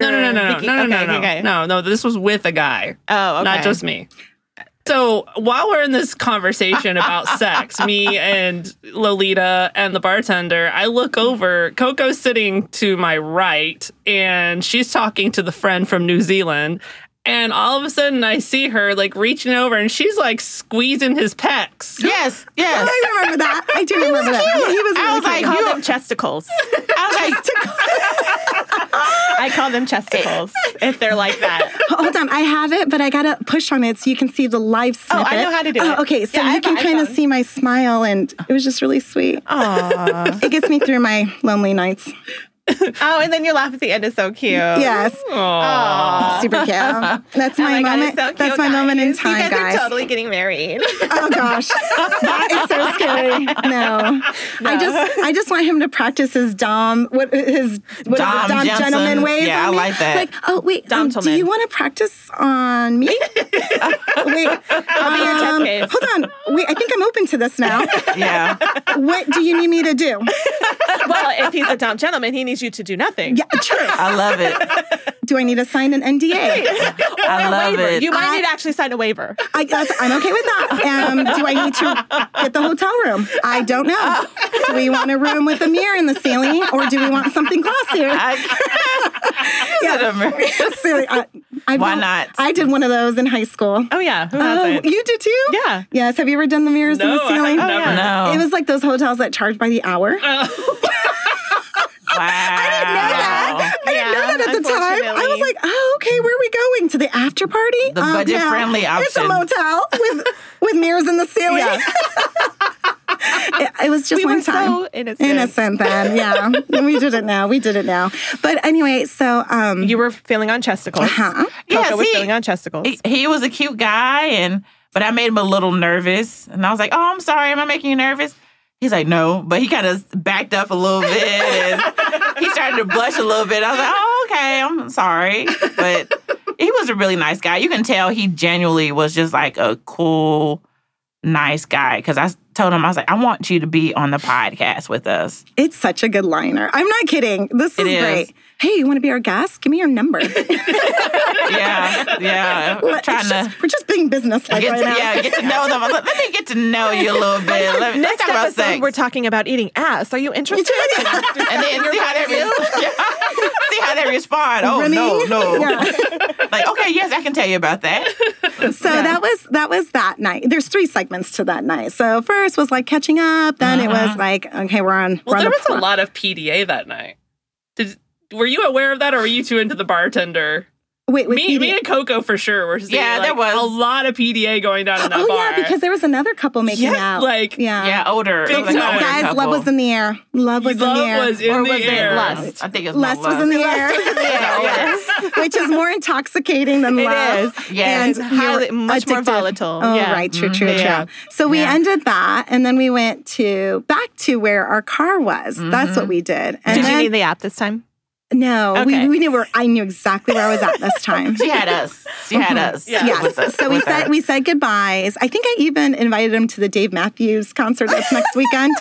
S3: No, no, no, no, no,
S8: Vicky?
S3: no, no,
S8: Okay,
S3: no, no,
S8: okay.
S3: no, no. This was with a guy,
S8: Oh, okay.
S3: not just me. So while we're in this conversation about sex, me and Lolita and the bartender, I look over. Coco's sitting to my right, and she's talking to the friend from New Zealand. And all of a sudden, I see her like reaching over, and she's like squeezing his pecs.
S4: Yes. Yes.
S5: I remember that. I do remember that. Yeah, he was.
S4: I
S5: really
S4: was like,
S5: cute.
S8: I
S4: you
S8: call them chesticles.
S4: I was like,
S8: I call them chesticles if they're like that.
S5: Oh, Hold on, I have it, but I gotta push on it so you can see the live
S8: Oh,
S5: snippet.
S8: I know how to do it.
S5: okay, so
S8: Yeah, I
S5: you
S8: have
S5: can
S8: an
S5: kind of
S8: iPhone.
S5: see my smile, and it was just really sweet.
S8: Aww.
S5: It gets me through my lonely nights.
S6: Oh, and then your laugh at the end is so cute.
S8: Oh.
S5: Yes.
S7: Aw.
S5: Super cute. That's
S6: Oh God,
S5: my, moment.
S6: it's so cute,
S5: That's my moment in
S6: guys.
S5: time,
S6: You guys,
S5: guys.
S6: are totally getting married.
S5: oh gosh, it's so scary. No. I just, I just want him to practice his dom, what his what is it,
S4: Dom
S5: dom
S4: Johnson.
S5: gentleman ways.
S4: Yeah,
S5: on
S4: I
S5: me.
S4: like that.
S5: Like, oh wait, um, do
S6: Domtleman.
S5: you want to practice on me? wait,
S6: I'll be your test case.
S5: Um, hold on. Wait, I think I'm open to this now.
S4: Yeah.
S5: what do you need me to do?
S6: well, if he's a dumb gentleman, he needs you to do nothing.
S5: Yeah, true.
S4: I love it.
S5: Do I need to sign an NDA?
S4: I love
S6: Waiver.
S4: it.
S6: You might
S5: I-
S6: need to actually sign a waiver.
S5: I, that's, I'm okay with that. Um, do I need to get the hotel room? I don't know. Do we want a room with a mirror in the ceiling, or do we want something glossier? Yeah. Seriously, I, I've
S4: Why
S5: done-
S4: not?
S5: I did one of those in high school.
S6: Oh yeah, who
S5: Oh,
S6: hasn't?
S5: you did too?
S6: Yeah.
S5: Yes. Have you ever done the mirrors in
S3: No,
S5: the
S3: I
S5: ceiling?
S3: have never.
S4: No.
S5: It was like those hotels that charge by the hour.
S4: wow. I didn't
S5: know that. I didn't know
S6: Yeah,
S5: that at the time. I was
S6: unfortunately.
S5: like, oh, okay, where are we going? To the after party?
S4: The
S5: Um,
S4: budget-friendly
S5: It's a
S4: option.
S5: motel with, with mirrors in the ceiling. it, it was just
S6: we
S5: one
S6: were
S5: time.
S6: so innocent.
S5: Innocent then, yeah. we did it now. We did it now. But anyway, so um,
S6: You were feeling on chesticles.
S5: uh-huh.
S4: Yeah,
S6: Coco was
S4: see,
S6: feeling on chesticles.
S4: He, he was a cute guy, and but I made him a little nervous, and I was like, "Oh, I'm sorry, am I making you nervous?" He's like, "No," but he kind of backed up a little bit, and he started to blush a little bit. I was like, "Oh, okay, I'm sorry," but he was a really nice guy. You can tell he genuinely was just like a cool, nice guy. Because I s- told him I was like, "I want you to be on the podcast with us."
S5: It's such a good liner. I'm not kidding. This
S4: It
S5: is
S4: is.
S5: great. Hey, you want to be our guest? Give me your number. We're
S4: Yeah, yeah. I'm trying to.
S5: just, we're just being business like
S4: get
S5: right
S4: to,
S5: now.
S4: yeah, get to know them. I was like, Let me get to know you a little bit. Let me,
S6: Next
S4: let's talk about
S6: episode,
S4: sex.
S6: we're talking about eating ass. Are you interested?
S4: and then see how they re- yeah. see how they respond. Oh no,
S5: Rimming?
S4: no.
S5: Yeah.
S4: Like okay, yes, I can tell you about that.
S5: So that was that was that night. There's three segments to that night. So first was like catching up. Then it
S4: Uh-huh.
S5: was like okay, we're on.
S3: Well,
S5: we're on
S3: there
S5: the
S3: was a
S5: pl-
S3: lot of PDA that night. Did were you aware of that, or were you too into the bartender?
S5: Wait, wait,
S3: Me,
S5: PD
S3: me and Coco for sure were. seeing,
S4: Yeah,
S3: like,
S4: there was.
S3: a lot of PDA going down in that
S5: oh
S3: bar.
S5: yeah, because there was another couple making out.
S3: like
S6: Uh-huh.
S5: yeah,
S4: Yeah, older.
S3: Big
S4: it was like an
S3: time.
S4: older
S5: guys,
S4: couple.
S5: love was in the air. Love was in the air.
S3: love was in
S6: Or
S3: the
S6: was it
S3: air.
S6: lust?
S4: I think it was
S5: Lust
S4: more
S5: was in the air,
S4: Yeah,
S5: which is more intoxicating than love.
S6: is.
S4: Yes.
S5: And
S6: It's highly-
S5: you're
S6: much more
S5: addictive.
S6: volatile.
S5: Oh,
S6: Yeah.
S5: right, true, true,
S6: Yeah.
S5: true. So we ended that, and then we went to back to where our car was. That's what we did.
S6: Did
S5: And
S6: you
S5: then,
S6: need the app this time?
S5: no,
S6: Okay.
S5: we, we knew where I knew exactly where I was at this time.
S4: She had us. She had us.
S3: Yeah.
S5: Mm-hmm. Yes.
S4: With us-
S5: so we
S4: with
S5: said
S4: her.
S5: we said goodbyes. I think I even invited him to the Dave Matthews concert that's next weekend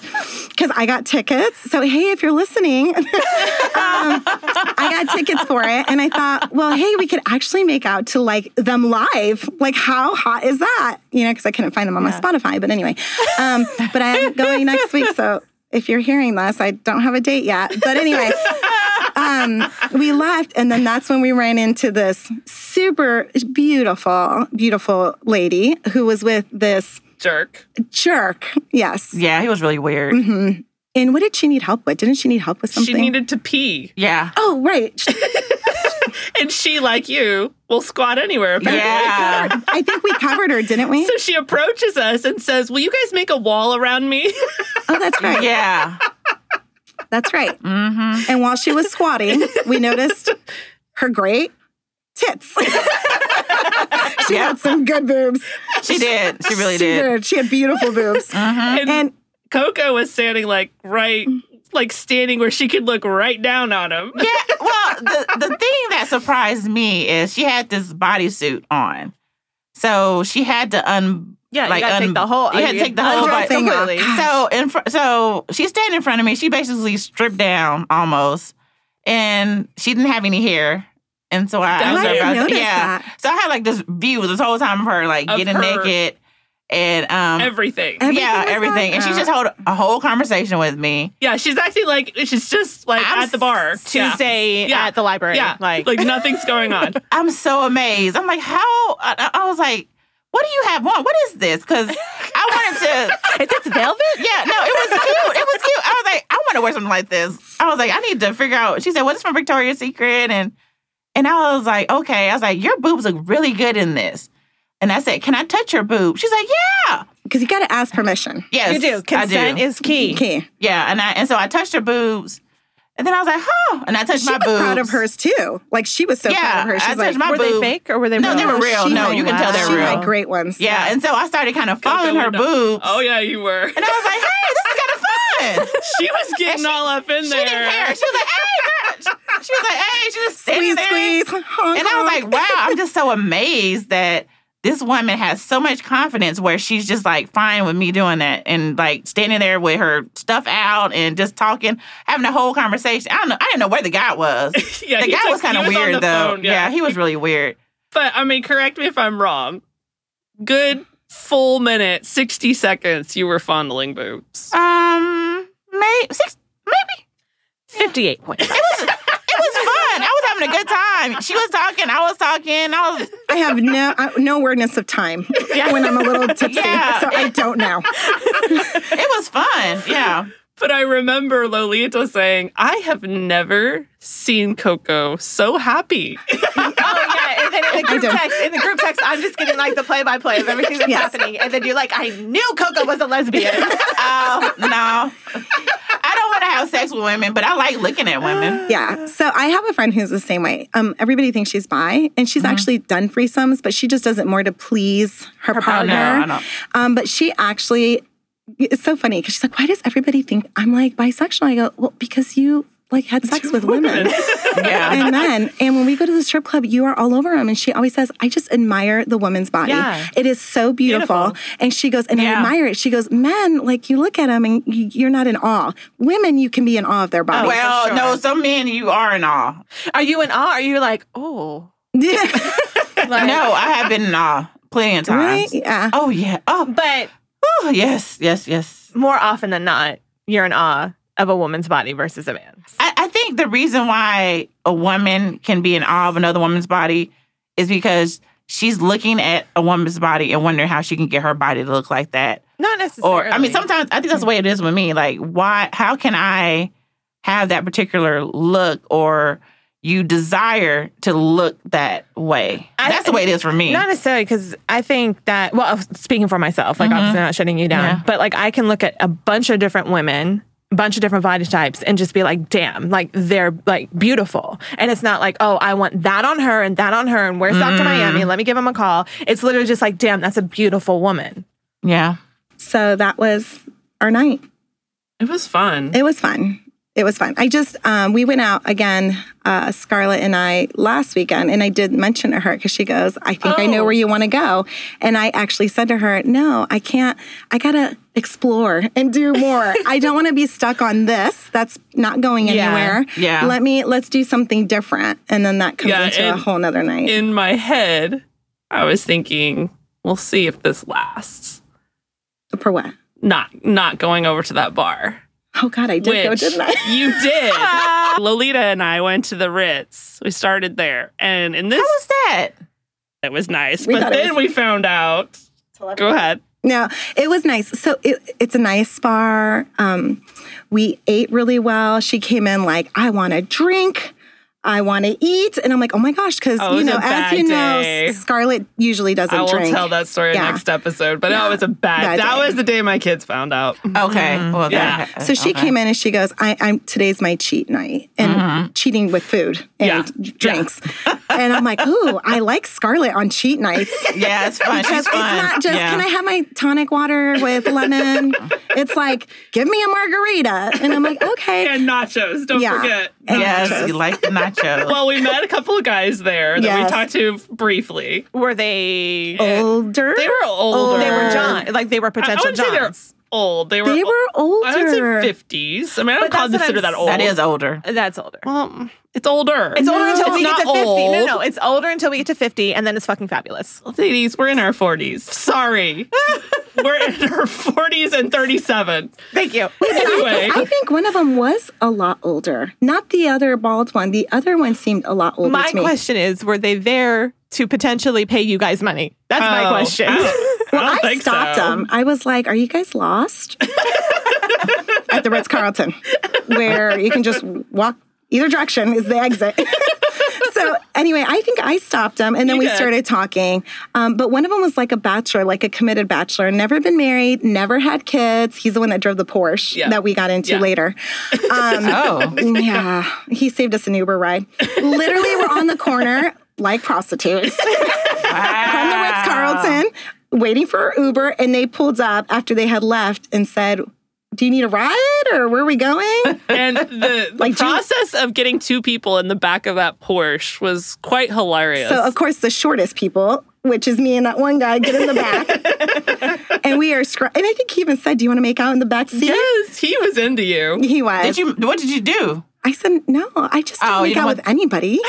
S5: because I got tickets. So hey, if you're listening, um, I got tickets for it, and I thought, well, hey, we could actually make out to like them live. Like, how hot is that? You know, because I couldn't find them on my Spotify. But anyway, um, but I'm going next week, so. If you're hearing this, I don't have a date yet. But anyway, um, we left, and then that's when we ran into this super beautiful, beautiful lady who was with this
S3: jerk.
S5: jerk. Yes.
S4: Yeah, he was really weird.
S5: Mm-hmm. And what did she need help with? Didn't she need help with something?
S3: She needed to pee,
S4: Yeah.
S5: Oh, right.
S3: and she, like you, will squat anywhere. Apparently.
S4: Yeah.
S5: I think we covered her, didn't we?
S3: So she approaches us and says, "Will you guys make a wall around me?"
S5: Oh, that's right.
S4: Yeah. Mm-hmm.
S5: That's right. And while she was squatting, we noticed her great tits. she had some good boobs.
S4: She did. She really
S5: She
S4: did. Mm-hmm.
S5: She had beautiful boobs.
S3: and,
S5: And
S3: Coco was standing like right, like standing where she could look right down on him.
S4: Yeah. Well, the, the thing that surprised me is she had this bodysuit on. So she had to un
S6: Yeah,
S4: like
S6: you gotta take
S4: un-
S6: the whole.
S4: you had to take the whole
S6: undress
S4: body.
S5: thing off.
S6: completely.
S4: So in fr- so she's standing in front of me. She basically stripped down almost, and she didn't have any hair. And so I,
S3: Why
S4: I was
S3: didn't
S4: like-
S5: notice
S4: yeah.
S5: that?
S4: So I had like this view this whole time of her like
S3: Of
S4: getting
S3: her.
S4: naked, and um,
S3: Everything.
S4: yeah,
S5: Everything was
S4: everything. And she
S5: gone.
S4: just held a whole conversation with me.
S3: Yeah, she's acting like she's just like
S4: I'm
S3: at the bar
S6: Tuesday
S3: Yeah.
S6: at the library.
S3: Yeah, yeah.
S6: Like,
S3: Like, nothing's going on.
S4: I'm so amazed. I'm like, how? I, I was like, what do you have on? What is this? Because I wanted to.
S6: is this velvet?
S4: Yeah, no, it was cute. It was cute. I was like, I want to wear something like this. I was like, I need to figure out. She said, "What's from Victoria's Secret?" And and I was like, okay. I was like, your boobs look really good in this. And I said, can I touch your boob? She's like, yeah,
S5: Because you got to ask permission.
S4: yes,
S6: You do. Consent
S4: I do.
S6: is key.
S5: Okay.
S4: yeah. And I and so I touched her boobs, And then I was like, huh. And I touched
S5: She
S4: my
S5: was
S4: boobs.
S5: proud of hers too. Like she was so proud
S4: Yeah,
S5: of her.
S4: I
S5: She's like,
S4: touched my
S6: were
S4: boob.
S6: they fake or were they?
S4: No,
S6: real?
S4: they were real.
S5: she
S4: No,
S5: had-
S4: you can tell they're
S5: She
S4: real.
S5: had great ones.
S4: Yeah, and so I started kind of following her
S3: Coco went up-
S4: boobs.
S3: Oh yeah, you were.
S4: And I was like, hey, this is kind of fun.
S7: She was getting all up in
S4: She
S7: there.
S4: didn't care. She was like, hey, girl. She was like, hey, she was standing
S5: Squeeze,
S4: there.
S5: squeeze. honk,
S4: And I was
S5: honk.
S4: like, wow, I'm just so amazed that this woman has so much confidence where she's just like fine with me doing that and like standing there with her stuff out and just talking, having a whole conversation. I don't know. I didn't know where the guy was.
S3: yeah,
S4: the
S3: he
S4: guy
S3: took-
S4: was kind
S3: he
S4: of
S3: on
S4: weird
S3: the
S4: though.
S3: phone,
S4: yeah. he was really weird.
S3: But I mean, correct me if I'm wrong. Good full minute, 60 seconds, you were fondling boobs.
S4: Um, may six, maybe
S6: fifty-eight points.
S4: it
S8: Oh,
S4: was. It was fun. I was having a good time. She was talking. I was talking. I was.
S5: I have no I, no awareness of time when I'm a little tipsy,
S4: Yeah.
S5: so I don't know.
S4: It was fun. Yeah.
S3: But I remember Lolita saying, I have never seen Coco so happy.
S8: Oh yeah, and then in the group
S5: don't.
S8: text, in the group text, I'm just getting like the play-by-play of everything that's
S5: Yes.
S8: happening, and then you're like, I knew Coco was a lesbian.
S4: Oh no. I don't want to have sex with women, but I like looking at women.
S5: Yeah. So I have a friend who's the same way. Um, everybody thinks she's bi, and she's actually done threesomes, but she just does it more to please her, partner.
S4: I don't.
S5: Um, but she actually, it's so funny because she's like, why does everybody think I'm like bisexual? I go, well, because you like had sex with women.
S4: Yeah.
S5: and then, and when we go to the strip club, you are all over them. And she always says, I just admire the woman's body.
S8: Yeah.
S5: It is so beautiful. And she goes, and I
S4: Yeah.
S5: admire it. She goes, men, like you look at them and you- you're not in awe. Women, you can be in awe of their body.
S4: Well,
S8: Oh, sure.
S4: no, some men you are in awe.
S8: Are you in awe? Are you like, oh, like,
S4: No, I have been in awe plenty of
S5: right?
S4: times.
S5: Yeah.
S4: Oh yeah. Oh,
S8: But
S4: oh, yes, yes, yes.
S8: more often than not, you're in awe of a woman's body versus a man's.
S4: I, I think the reason why a woman can be in awe of another woman's body is because she's looking at a woman's body and wondering how she can get her body to look like that.
S8: Not
S4: or
S8: necessarily.
S4: I mean, sometimes I think
S8: Hmm.
S4: that's the way it is with me. Like, why? How can I have that particular look, or you desire to look that way?
S8: I-
S4: that's the way it is for me.
S8: Not necessarily, because I think that, well, speaking for myself, like obviously not shutting you down,
S4: Yeah.
S8: but like I can look at a bunch of different women, a bunch of different body types, and just be like, damn, like they're like beautiful. And it's not like, oh, I want that on her and that on her, and where's Dr. Miami? Let me give him a call. It's literally just like, damn, that's a beautiful woman.
S4: yeah,
S5: So that was our night.
S3: It was fun.
S5: It was fun. It was fun. I just um, we went out again, uh, Scarlett and I last weekend, and I did mention to her because she goes, "I think I know
S3: Oh.
S5: where you want to go," and I actually said to her, "No, I can't. I gotta explore and do more. I don't want to be stuck on this. That's not going
S8: Yeah.
S5: anywhere.
S4: Yeah.
S5: let me let's do something different." And then that comes
S3: Yeah,
S5: into a
S3: and-
S5: whole nother night.
S3: In my head, I was thinking, we'll see if this lasts.
S5: For what?
S3: Not not going over to that bar.
S5: Oh God, I did go,
S3: Which
S5: didn't I?
S3: you did. Lolita and I went to the Ritz. We started there, and in this,
S4: how was that?
S3: it was nice.
S5: We
S3: but
S5: thought it
S3: then
S5: was-
S3: we found out. Go ahead.
S5: No, it was nice. So it, it's a nice bar. Um, we ate really well. She came in like, I want a drink. I want to eat. And I'm like, oh my gosh, because,
S3: Oh, it
S5: you
S3: was
S5: know,
S3: a
S5: as
S3: bad
S5: you
S3: day.
S5: know, Scarlett usually doesn't
S3: I will
S5: drink.
S3: tell that story
S5: Yeah.
S3: next episode. But that was a bad.
S5: Bad
S3: that
S5: day. Uh,
S3: was the day my kids found out.
S4: Okay,
S5: Mm-hmm.
S4: well, uh,
S3: Yeah.
S4: that-
S5: So she
S4: okay.
S5: came in and she goes, I, I'm today's my cheat night and cheating with food and
S3: Mm-hmm. Yeah.
S5: drinks. and I'm like, ooh, I like Scarlett on cheat nights.
S4: Yeah, it's fun. She's
S5: Because it's
S4: fun.
S5: not just
S4: yeah.
S5: can I have my tonic water with lemon? it's like give me a margarita, and I'm like okay.
S3: And nachos. Don't
S5: Yeah.
S3: forget.
S5: And
S4: Yes,
S5: nachos.
S4: you like the nachos.
S3: Well, we met a couple of guys there that we
S5: Yes.
S3: talked to briefly.
S8: Were they,
S5: older.
S3: They were older.
S8: they were John, like they were
S3: Uh, I, I
S8: potential
S3: wouldn't say they're
S8: Johns.
S3: old. They were.
S5: They were older.
S3: I would say fifties. I mean, I don't
S8: But
S3: call
S8: that's what
S3: consider
S8: I'm-
S3: that old.
S4: that is older.
S8: That's older.
S3: Well, it's older.
S8: It's older until
S3: it's
S8: we
S3: not
S8: get to 50. No,
S3: old.
S8: no, it's older until we get to 50, and then it's fucking fabulous.
S3: ladies, we're in our 40s. Sorry. we're in our 40s and 37.
S8: Thank you.
S3: Anyway,
S5: I think one of them was a lot older, not the other bald one. The other one seemed a lot older
S8: My
S5: to me.
S8: question is were they there to potentially pay you guys money? That's my
S3: Oh,
S8: question.
S3: I don't, I don't
S5: I
S3: think
S5: stopped
S3: so.
S5: them. I was like, "Are you guys lost?" At the Ritz Carlton, where you can just walk either direction is the exit. so so anyway, I think I stopped him, and then
S9: You
S5: we
S9: did.
S5: started talking. Um, but one of them was like a bachelor, like a committed bachelor, never been married, never had kids. He's the one that drove the Porsche
S9: Yeah.
S5: that we got into
S9: Yeah.
S5: later. Um,
S4: Oh.
S5: yeah, he saved us an Uber ride. Literally, we're on the corner like prostitutes from the Ritz Carlton, waiting for Uber, and they pulled up after they had left and said. Do you need a ride or where are we going?
S3: And the, the
S5: Like, do you-
S3: process of getting two people in the back of that Porsche was quite hilarious.
S5: So of course the shortest people, which is me and that one guy, get in the back, and we are. Scr- and I think he even said, "Do you want to make out in the back seat?"
S9: Yes, he was into you.
S5: He was.
S4: Did you? What did you do?
S5: I said, "No, I just don't
S4: Oh, you
S5: make
S4: don't
S5: out
S4: want-
S5: with anybody."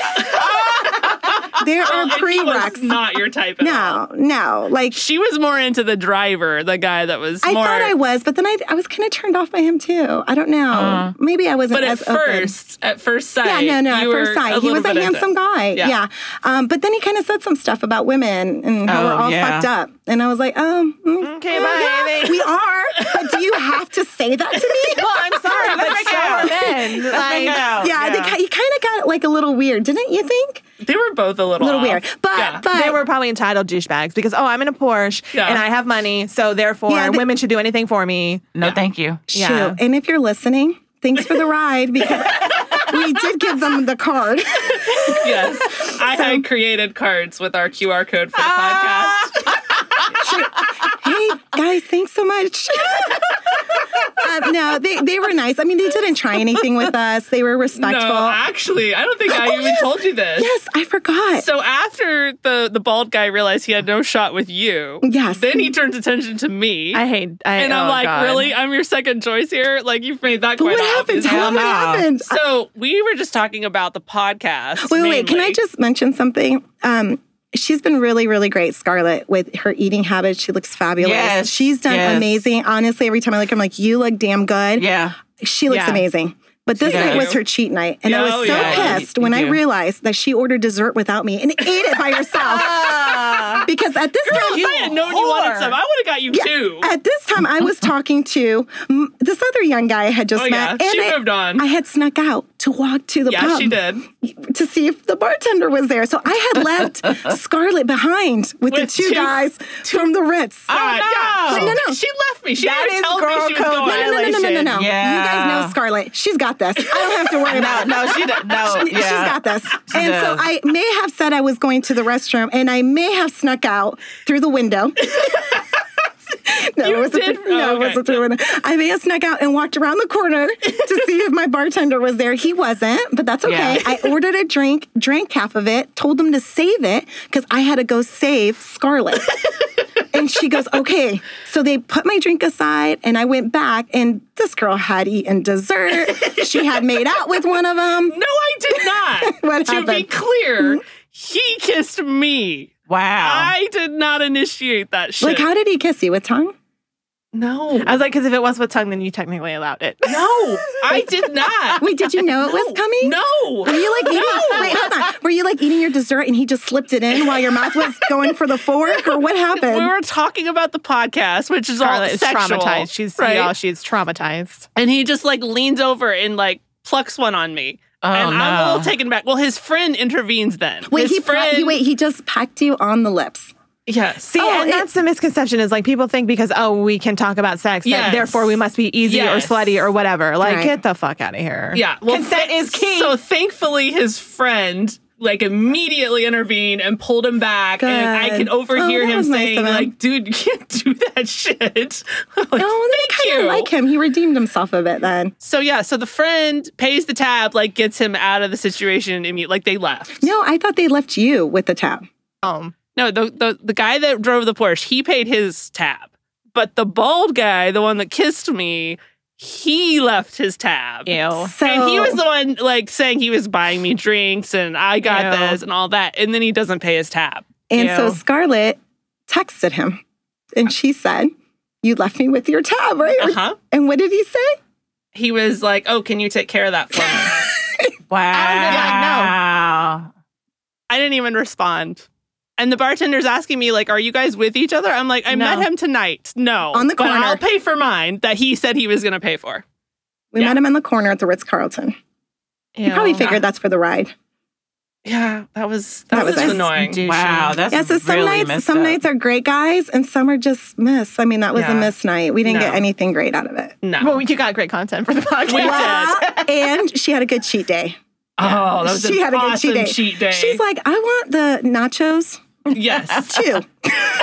S5: there are
S9: Oh, And he was
S5: prereqs.
S9: not your type at all.
S5: no, no. Like
S3: she was more into the driver, the guy that was
S5: I
S3: more.
S5: thought I was, but then I, I was kind of turned off by him too. I don't know. Maybe I wasn't
S9: Uh-huh. But at
S5: as open.
S9: first, at first sight,
S5: Yeah, no, no. At
S9: you
S5: first
S9: were a
S5: sight, he
S9: little
S5: was a
S9: bit into
S5: handsome
S9: it.
S5: guy.
S9: Yeah.
S5: Yeah. Um, but then he kind of said some stuff about women and how
S4: Oh,
S5: we're all
S4: yeah.
S5: fucked up, and I was like, um,
S9: Mm-hmm.
S5: mm,
S4: Okay,
S5: yeah,
S4: bye,
S5: yeah,
S4: thanks.
S5: we are. But do you have to say that to me?
S8: Oh,
S5: well, I'm sorry.
S4: Let's make out. Let's make out.
S5: Yeah, They, ki- you kind of got like a little weird, didn't you think?
S9: They were both a
S5: A
S9: little
S5: little
S9: off.
S5: weird, but
S9: Yeah.
S5: but
S8: they were probably entitled douchebags because oh, I'm in a Porsche
S9: Yeah.
S8: and I have money, so therefore
S5: Yeah, but-
S8: women should do anything for me.
S4: No, thank you.
S5: shoot.
S8: yeah.
S5: And if you're listening, thanks for the ride because we did give them the card.
S9: yes, I had created cards with our QR code for the
S5: Ah!
S9: podcast.
S5: hey guys, thanks so much. um, no, they, they were nice. I mean, they didn't try anything with us. They were respectful.
S9: No, actually, I don't think I even told you this.
S5: yes, I forgot.
S3: so after the the bald guy realized he had no shot with you,
S5: yes.
S3: then he turns attention to me.
S8: I hate. I,
S3: and I'm
S8: oh,
S3: like,
S8: God.
S3: really? I'm your second choice here? Like you've made that quite
S5: what
S3: obvious.
S5: happened? Tell them what
S4: no.
S5: happened.
S3: So we were just talking about the podcast.
S5: wait, wait, wait. Can I
S3: mainly.
S5: just mention something? Um, she's been really, really great, Scarlett, with her eating habits. She looks fabulous.
S4: Yes,
S5: she's done
S4: yes.
S5: amazing. Honestly, every time I look, I'm like, you look damn good.
S4: Yeah.
S5: She looks
S8: Yeah.
S5: amazing. But this
S4: does.
S5: night was her cheat night. And I
S9: Yeah,
S5: was
S9: oh,
S5: so
S9: yeah.
S5: pissed
S4: You-
S5: when
S4: you
S5: I
S4: do.
S5: realized that she ordered dessert without me and ate it by herself. because at this time,
S3: If I had known you wanted
S4: whore.
S3: some. I would have got you two.
S5: at this time, I was talking to mm, this other young guy I had just
S9: Oh, yeah.
S5: met.
S9: She
S5: I,
S9: moved on.
S5: I had snuck out to walk to the
S9: yeah,
S5: pub
S9: she did.
S5: to see if the bartender was there. So I had left Scarlett behind with, the
S9: With
S5: two,
S9: two-
S5: guys from the Ritz.
S9: God,
S4: no.
S9: Yeah.
S5: But no, no.
S9: She left me. She
S4: That
S9: didn't
S4: is
S9: tell
S4: girl
S9: me she was
S4: code
S9: going.
S5: no, no, no, no, no, no, no.
S4: Yeah.
S5: You guys know Scarlett. She's got this. I don't have to worry about
S4: No,
S5: it.
S4: no, she don't- no.
S5: She-
S4: yeah.
S5: She's got this. and so
S4: does.
S5: I may have said I was going to the restroom and I may have snuck out through the window. No, it wasn't,
S9: did?
S5: through, no,
S9: Oh,
S5: it
S9: okay.
S5: wasn't through the window. I may have snuck out and walked around the corner to see if my bartender was there. He wasn't, but that's okay.
S4: Yeah.
S5: I ordered a drink, drank half of it, told him to save it because I had to go save Scarlett. and she goes, okay. So they put my drink aside, and I went back, and this girl had eaten dessert. she had made out with one of them.
S9: No, I did not.
S5: What
S9: to be
S5: happened? Mm-hmm.
S9: clear, he kissed me.
S4: Wow.
S3: I did not initiate that shit.
S5: Like, how did he kiss you with tongue?
S9: No,
S8: I was like, because if it was with tongue, then you technically allowed it.
S9: no, I did not.
S5: Wait, did you know it was coming?
S9: No.
S5: Were you like eating? Wait, hold on. Were you like eating your dessert and he just slipped it in while your mouth was going for the fork, or what happened?
S3: we were talking about the podcast, which is all
S8: Scarlett is
S3: sexual,
S8: traumatized. She's
S3: right?
S8: y'all, she's traumatized.
S3: and he just like leans over and like plucks one on me,
S4: Oh,
S3: and I'm a
S4: no.
S3: little taken back. Well, his friend intervenes then.
S5: wait,
S3: his
S5: he, pla-
S3: friend,
S5: he wait, he just packed you on the lips.
S3: yes,
S8: See,
S5: Oh,
S8: and
S5: it-
S8: that's the misconception is like people think because oh we can talk about sex,
S3: Yes.
S8: that therefore we must be easy
S3: Yes.
S8: or slutty or whatever. Like
S5: Right.
S8: get the fuck out of here.
S3: yeah. Well,
S4: Consent
S3: thi-
S4: is key.
S3: So thankfully, his friend. Like immediately intervened and pulled him back, and I
S5: Good.
S3: can overhear
S5: Oh, that
S3: him
S5: was nice
S3: saying,
S5: of him.
S3: "Like, dude, you can't do that shit." I'm like,
S5: Oh, they
S3: thank
S5: kind
S3: you.
S5: of like him. He redeemed himself a bit then.
S3: So yeah, so the friend pays the tab, like gets him out of the situation, and like they left.
S5: No, I thought they left you with the tap.
S8: Um,
S3: No, the, the the guy that drove the Porsche, he paid his tab. But the bald guy, the one that kissed me, he left his tab.
S8: ew.
S5: So
S3: Oh. And he was the one like saying he was buying me drinks and I got
S8: Ew.
S3: this and all that. And then he doesn't pay his tab.
S5: and so
S8: Ew.
S5: Scarlett texted him, and she said, "You left me with your tab, right?"
S3: Uh-huh.
S5: And what did he say?
S3: He was like, Oh, can you take care of that for me?
S4: Wow.
S3: I didn't even respond. And the bartender's asking me, like, are you guys with each other? I'm like, I
S8: No.
S3: met him tonight. No.
S5: On the
S3: but
S5: corner.
S3: I'll pay for mine that he said he was gonna pay for.
S5: We
S3: Yeah.
S5: met him in the corner at the Ritz Carlton. He probably
S8: Ew.
S5: figured that's for the ride.
S7: yeah, that was that,
S5: That
S7: was,
S5: was nice.
S3: annoying.
S4: Wow, that's
S5: Yeah, so some
S4: really
S5: nights
S4: messed
S5: some
S4: up.
S5: nights are great guys and some are just miss. I mean, that was
S3: Yeah.
S5: a miss night. We didn't
S3: No.
S5: get anything great out of it.
S3: No.
S8: Well, you got great content for the podcast.
S5: Well, and she had a good cheat day.
S3: oh, that was
S5: she
S3: an
S5: had a good
S3: awesome
S5: cheat day.
S3: cheat day.
S5: She's like, I want the nachos.
S3: yes,
S5: Two.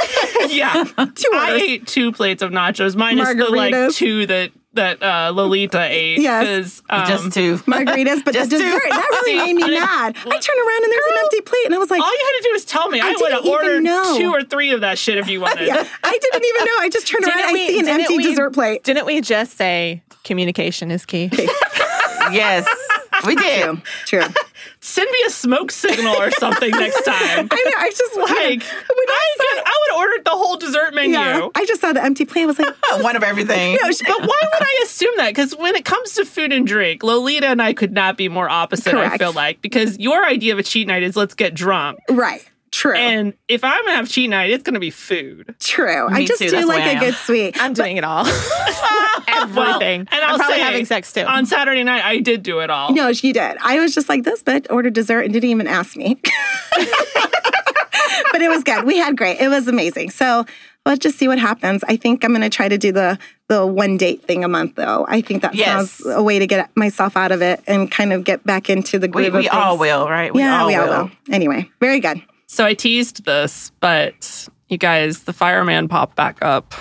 S3: yeah.
S5: Two
S3: I
S5: orders.
S3: ate two plates of nachos, minus the like
S5: Margaritas.
S3: two that that uh, Lolita ate.
S5: Yes.
S3: 'cause, um,
S4: just two.
S5: margaritas, but the
S4: Just two.
S5: dessert, that really made me mad. I turned around and there's an empty plate and I was like,
S3: all you had to do was tell me. I, would
S5: didn't
S3: have
S5: even
S3: ordered
S5: know.
S3: two or three of that shit if you wanted.
S5: yeah, I didn't even know. I just turned around. I see an
S8: didn't
S5: empty
S8: we-
S5: dessert plate.
S8: Didn't we just say communication is key?
S4: yes, we did.
S5: True. True.
S3: Send me a smoke signal or something next time.
S5: I know. I just
S3: Like, I, could, I would have ordered the whole dessert menu.
S5: yeah. I just saw the empty plate. I was like,
S4: One of everything.
S5: no, she,
S3: But why would I assume that? Because when it comes to food and drink, Lolita and I could not be more opposite, I
S5: Correct.
S3: feel like. Because your idea of a cheat night is let's get drunk.
S5: right. True.
S3: And if I'm going to have cheat night, it's going to be food.
S5: True. I
S4: Me
S5: just
S4: too,
S5: do
S4: that's why I
S5: like
S4: am.
S5: a good sweet.
S8: I'm doing it all. Everything.
S3: and
S8: I'm
S3: I'll
S8: probably
S3: say,
S8: having sex too.
S3: On Saturday night, I did do it all.
S5: No, she did. I was just like this bitch ordered dessert and didn't even ask me. but it was good. We had great. It was amazing. So let's just see what happens. I think I'm gonna try to do the the one date thing a month though. I think that
S4: Yes.
S5: sounds a way to get myself out of it and kind of get back into the groove
S4: We,
S5: of
S4: we
S5: things.
S4: all will, right?
S5: yeah, we all will. Anyway, very good.
S3: So I teased this, but you guys, the fireman popped back up.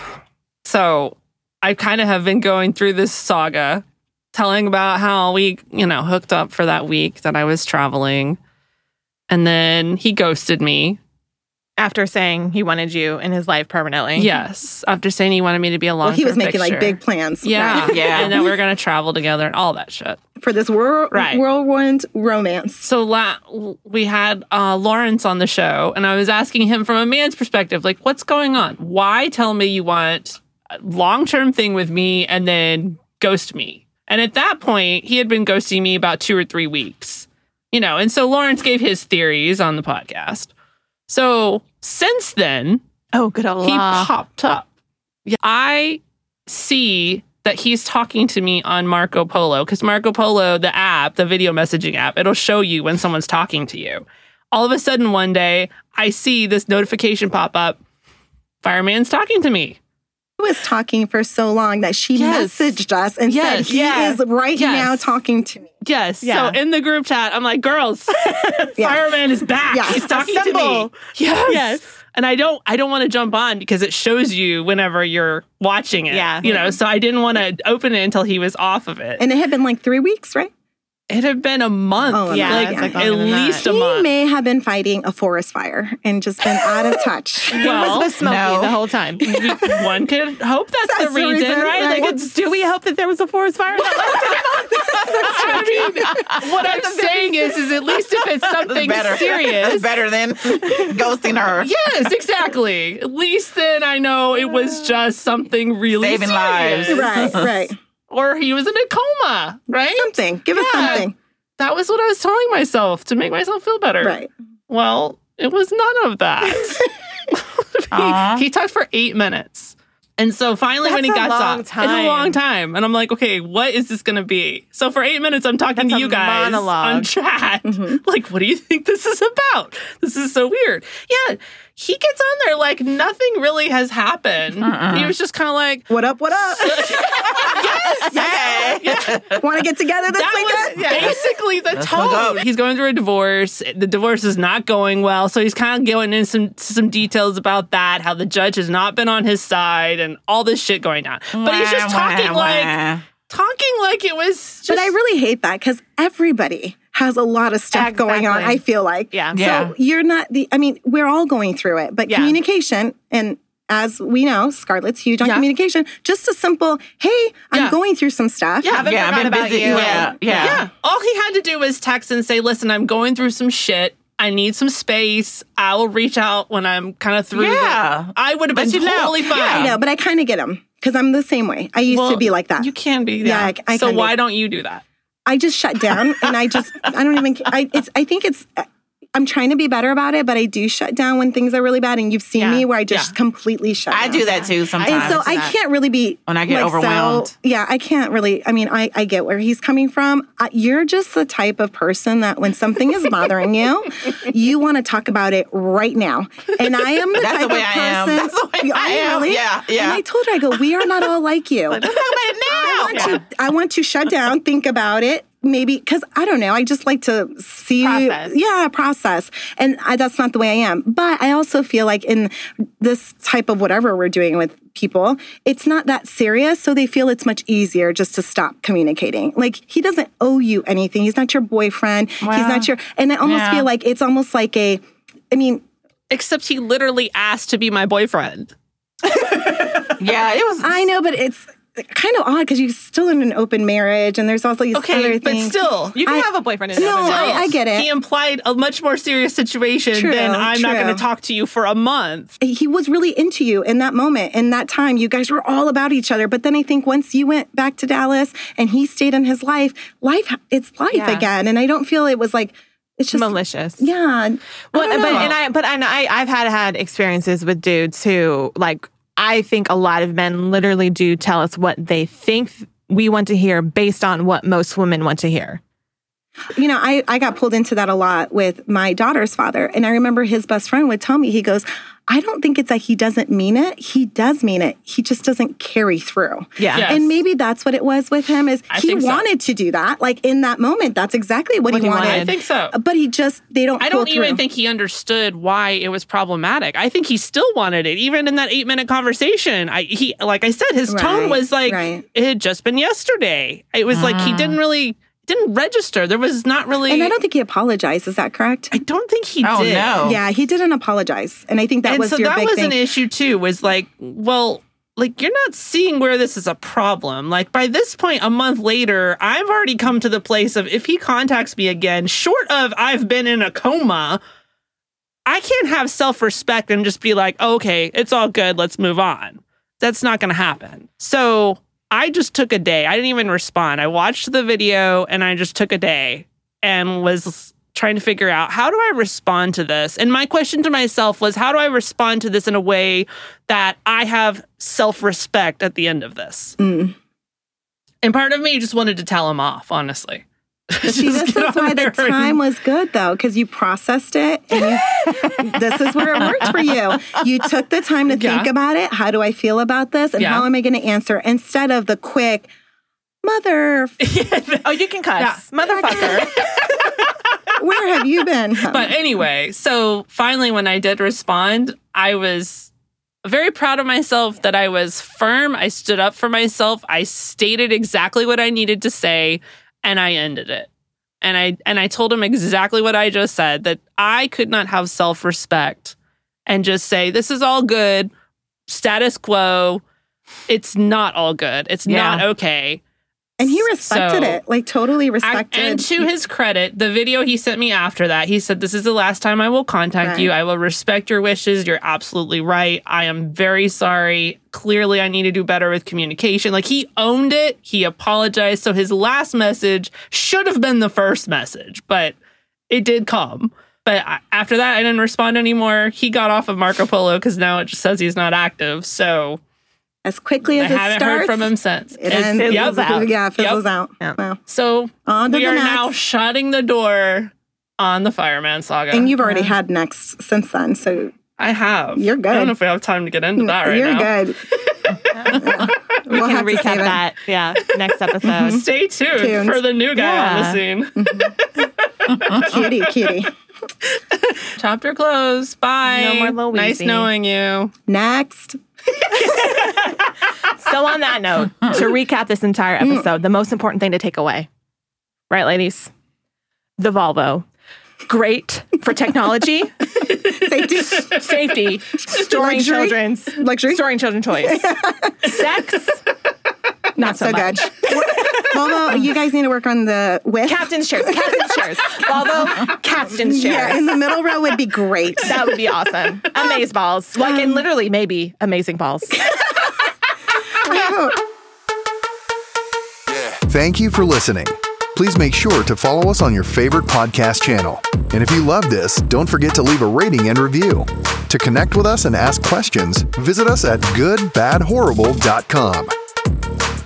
S3: So I kind of have been going through this saga, telling about how we, you know, hooked up for that week that I was traveling. And then he ghosted me.
S8: After saying he wanted you in his life permanently.
S3: Yes. After saying he wanted me to be a long
S5: Mm-hmm. Well, he was making like big plans.
S3: Yeah.
S5: right,
S4: Yeah.
S3: And that we are going to travel together and all that shit.
S5: for this whirl-
S3: Right.
S5: whirlwind romance.
S3: So la- we had uh, Lawrence on the show, and I was asking him from a man's perspective, like, what's going on? Why tell me you want a long term thing with me and then ghost me? And at that point, he had been ghosting me about two or three weeks, you know. And so Lawrence gave his theories on the podcast. So since then,
S8: Oh, good old
S3: he
S8: law.
S3: popped up. Yeah. I see that he's talking to me on Marco Polo because Marco Polo, the app, the video messaging app, it'll show you when someone's talking to you. All of a sudden, one day, I see this notification pop up Fireman's talking to me.
S5: He was talking for so long that she
S3: Yes.
S5: messaged us and
S3: Yes.
S5: said he
S3: Yeah.
S5: is right
S3: Yes.
S5: now talking to me.
S3: Yes.
S8: Yeah.
S3: So in the group chat, I'm like, girls, Fireman is back.
S5: Yes.
S3: He's talking to me.
S8: Assemble.
S3: Yes.
S8: Yes.
S3: And I don't I don't want to jump on because it shows you whenever you're watching it.
S8: Yeah.
S3: You know, so I didn't want to open it until he was off of it.
S5: And it had been like three weeks, right?
S3: It had been a month.
S5: Oh,
S8: yeah,
S3: like,
S8: it's like
S3: at
S8: longer than that.
S3: least a
S5: he
S3: month.
S5: may have been fighting a forest fire and just been out of touch.
S3: well,
S8: was smoky
S4: no.
S8: the whole time.
S3: we- one could hope that's, the
S5: That's
S3: reason, right? Like,
S5: right.
S3: it's,
S8: Do we hope that there was a forest fire?
S3: I mean, what I'm saying is, is at least if it's something
S4: Better. That's
S3: serious.
S4: better than ghosting her.
S3: Yes, exactly. At least then I know it was just something really
S4: Saving
S3: serious.
S4: lives.
S5: right, right.
S3: Or he was in a coma, right?
S5: Something. Give us
S3: Yeah.
S5: something.
S3: That was what I was telling myself to make myself feel better.
S5: Right.
S3: Well, it was none of that.
S4: Aw.
S3: he, he talked for eight minutes. And so finally, when he
S8: That's a
S3: got
S8: long
S3: off, it's a
S8: time.
S3: long time. And I'm like, okay, what is this going to be? So for eight minutes, I'm talking
S8: That's
S3: to
S8: a
S3: you guys on
S8: monologue. Mm-hmm.
S3: chat. Like, what do you think this is about? This is so weird. Yeah, he gets on there like nothing really has happened.
S8: Uh-uh.
S3: He was just kind of like,
S5: What up, what up?
S4: Hey.
S5: Want to get together this
S3: that
S5: weekend?
S3: was basically the
S4: what's
S3: tone. He's going through a divorce. The divorce is not going well, so he's kind of going into some some details about that, how the judge has not been on his side, and all this shit going down. But he's just
S4: Wah, wah,
S3: talking like
S4: wah.
S3: talking like it was. Just,
S5: But I really hate that because everybody has a lot of stuff going on,
S8: Exactly.
S5: I feel like.
S8: Yeah.
S4: Yeah.
S5: So you're not the, I mean, we're all going through it, but
S8: Yeah.
S5: communication and as we know, Scarlett's huge on
S3: Yeah.
S5: communication. Just a simple, hey, I'm
S3: Yeah.
S5: going through some stuff.
S3: Yeah.
S8: Haven't
S4: Yeah, I've
S8: forgot
S4: been
S8: about
S4: busy.
S8: you.
S4: Yeah, yeah.
S3: yeah. All he had to do was text and say, "Listen, I'm going through some shit. I need some space. I will reach out when I'm kind of through."
S4: Yeah.
S3: it." I would have been
S4: But you know-
S3: totally fine.
S4: yeah.
S5: I know, but I kind of get them because I'm the same way. I used to be like that.
S3: You can be.
S5: Yeah,
S3: that.
S5: I- I
S3: so
S5: can be.
S3: why don't you do that?
S5: I just shut down and I just I don't even I it's I think it's I'm trying to be better about it, but I do shut down when things are really bad. And you've seen
S3: Yeah.
S5: me where I just
S3: Yeah.
S5: completely shut
S4: I
S5: down.
S4: do that too sometimes.
S5: And so I can't really be
S4: When I get
S5: like, so-
S4: overwhelmed.
S5: yeah, I can't really. I mean, I, I get where he's coming from. I, you're just the type of person that when something is bothering you, you want to talk about it right now. And I am the
S4: That's
S5: type
S4: the way
S5: of
S4: I
S5: person.
S4: am. That's the way
S5: You-
S4: I
S5: you
S4: am.
S5: Really?
S4: Yeah, yeah.
S5: And I told her, I go, we are not all like you.
S4: Let's talk about
S5: I
S4: it
S5: want
S4: now.
S5: to I want to shut down, think about it, maybe because I don't know. I just like to see,
S7: Process.
S5: yeah, process, and I, that's not the way I am. But I also feel like in this type of whatever we're doing with people, it's not that serious, so they feel it's much easier just to stop communicating. Like he doesn't owe you anything. He's not your boyfriend. He's not your, and I almost
S4: Yeah.
S5: feel like it's almost like a, I mean.
S3: Except he literally asked to be my boyfriend.
S4: Yeah, it was.
S5: I know, but it's kind of odd because you're still in an open marriage, and there's also these other
S3: Okay, but
S5: things.
S3: still,
S8: You can
S5: I-
S8: have a boyfriend. And
S5: No, I, I get it.
S3: he implied a much more serious situation
S5: True,
S3: than I'm not
S5: true.
S3: going to talk to you for a month.
S5: he was really into you in that moment in that time you guys were all about each other but then i think once you went back to dallas and he stayed in his life life it's life
S8: Yeah.
S5: again and i don't feel it was like it's just
S8: malicious.
S5: yeah I
S8: Well,
S5: don't
S8: but
S5: know.
S8: and I but and I I've had had experiences with dudes who like I think a lot of men literally do tell us what they think we want to hear based on what most women want to hear.
S5: you know I, I got pulled into that a lot with my daughter's father and i remember his best friend would tell me he goes i don't think it's that he doesn't mean it he does mean it he just doesn't carry through
S8: Yeah.
S3: Yeah.
S5: And
S3: Yes.
S5: maybe that's what it was with him is he
S3: think so.
S5: wanted to do that. Like in that moment, that's exactly what, he,
S8: he
S5: wanted.
S8: wanted.
S3: I think so.
S5: But he just they don't.
S3: I don't
S5: pull through.
S3: even think he understood why it was problematic. I think he still wanted it, even in that eight minute conversation. I he like I said, his
S5: Right,
S3: tone was like
S5: right.
S3: it had just been yesterday. It was like he didn't really didn't register. There was not really.
S5: And I don't think he apologized. Is that correct?
S3: I don't think he
S4: Oh
S3: did.
S4: no.
S5: Yeah, he didn't apologize, and I think that
S3: and
S5: was
S3: so
S5: your
S3: that
S5: big
S3: was
S5: thing.
S3: an issue too. Was like, well, like you're not seeing where this is a problem. Like by this point, a month later, I've already come to the place of if he contacts me again, short of I've been in a coma, I can't have self respect and just be like, okay, it's all good, let's move on. That's not going to happen. So I just took a day. I didn't even respond. I watched the video and I just took a day and was trying to figure out how do I respond to this? And my question to myself was, how do I respond to this in a way that I have self respect at the end of this?
S5: Mm.
S3: And part of me just wanted to tell him off, honestly.
S5: See,
S3: Just
S5: this
S3: get
S5: is
S3: on
S5: why the
S3: there and-
S5: time was good though, because you processed it. And you, this is where it worked for you. You took the time to
S3: Yeah.
S5: think about it. How do I feel about this? And
S3: Yeah.
S5: how am I going to answer instead of the quick mother? f-
S8: Oh, you can cuss, motherfucker.
S5: Where have you been?
S3: but anyway, so finally, when I did respond, I was very proud of myself that I was firm. I stood up for myself. I stated exactly what I needed to say, and I ended it. And I and I told him exactly what I just said that I could not have self respect and just say this is all good, status quo. It's not all good. It's not okay.
S5: and he respected
S3: So-
S5: it, like totally
S3: I-
S5: respected.
S3: and to his credit, the video he sent me after that, he said, This is the last time I will contact
S5: Right.
S3: you. I will respect your wishes. You're absolutely right. I am very sorry. Clearly, I need to do better with communication. Like, he owned it. He apologized. So, his last message should have been the first message, but it did come. But I- after that, I didn't respond anymore. He got off of Marco Polo because now it just says he's not active. So,
S5: as quickly
S3: I
S5: as it
S3: haven't
S5: starts,
S3: heard from him since.
S5: It
S3: It's-
S5: ends.
S3: yep.
S5: Yeah, it fizzles out.
S8: Yeah.
S5: Wow.
S3: So,
S5: On to
S3: we
S5: the
S3: are
S5: next.
S3: now shutting the door on the fireman saga.
S5: and you've already had next since then, so
S3: I have.
S5: You're
S3: I
S5: good.
S3: don't know if we have time to get into that right
S5: you're
S3: now.
S5: good. Yeah. We'll
S8: we
S5: have
S8: can
S5: to
S8: recap
S5: save it.
S8: that. Yeah, next episode.
S3: Stay tuned,
S5: Tuned.
S3: for the new guy
S8: Yeah.
S3: on the scene.
S5: Cutie, cutie.
S3: Chapter closed. Bye.
S8: No more
S3: Nice
S8: Louise-y.
S3: knowing you.
S5: Next.
S8: so on that note, to recap this entire episode, the most important thing to take away, right, ladies? The Volvo, great for technology,
S5: Safety.
S8: safety, storing
S5: Luxury.
S8: children's
S5: Luxury.
S8: storing children toys, sex, not so,
S5: so
S8: much.
S5: good. Volvo, you guys need to work on the width.
S8: Captain's chairs, captain's chairs, Volvo, captain's chairs.
S5: Yeah, Um, in the middle row would be great.
S8: That would be awesome. Amaze balls, like and literally maybe amazing balls.
S5: I hope.
S1: Thank you for listening. please make sure to follow us on your favorite podcast channel. And if you love this, don't forget to leave a rating and review. To connect with us and ask questions, visit us at goodbadhorrible.com.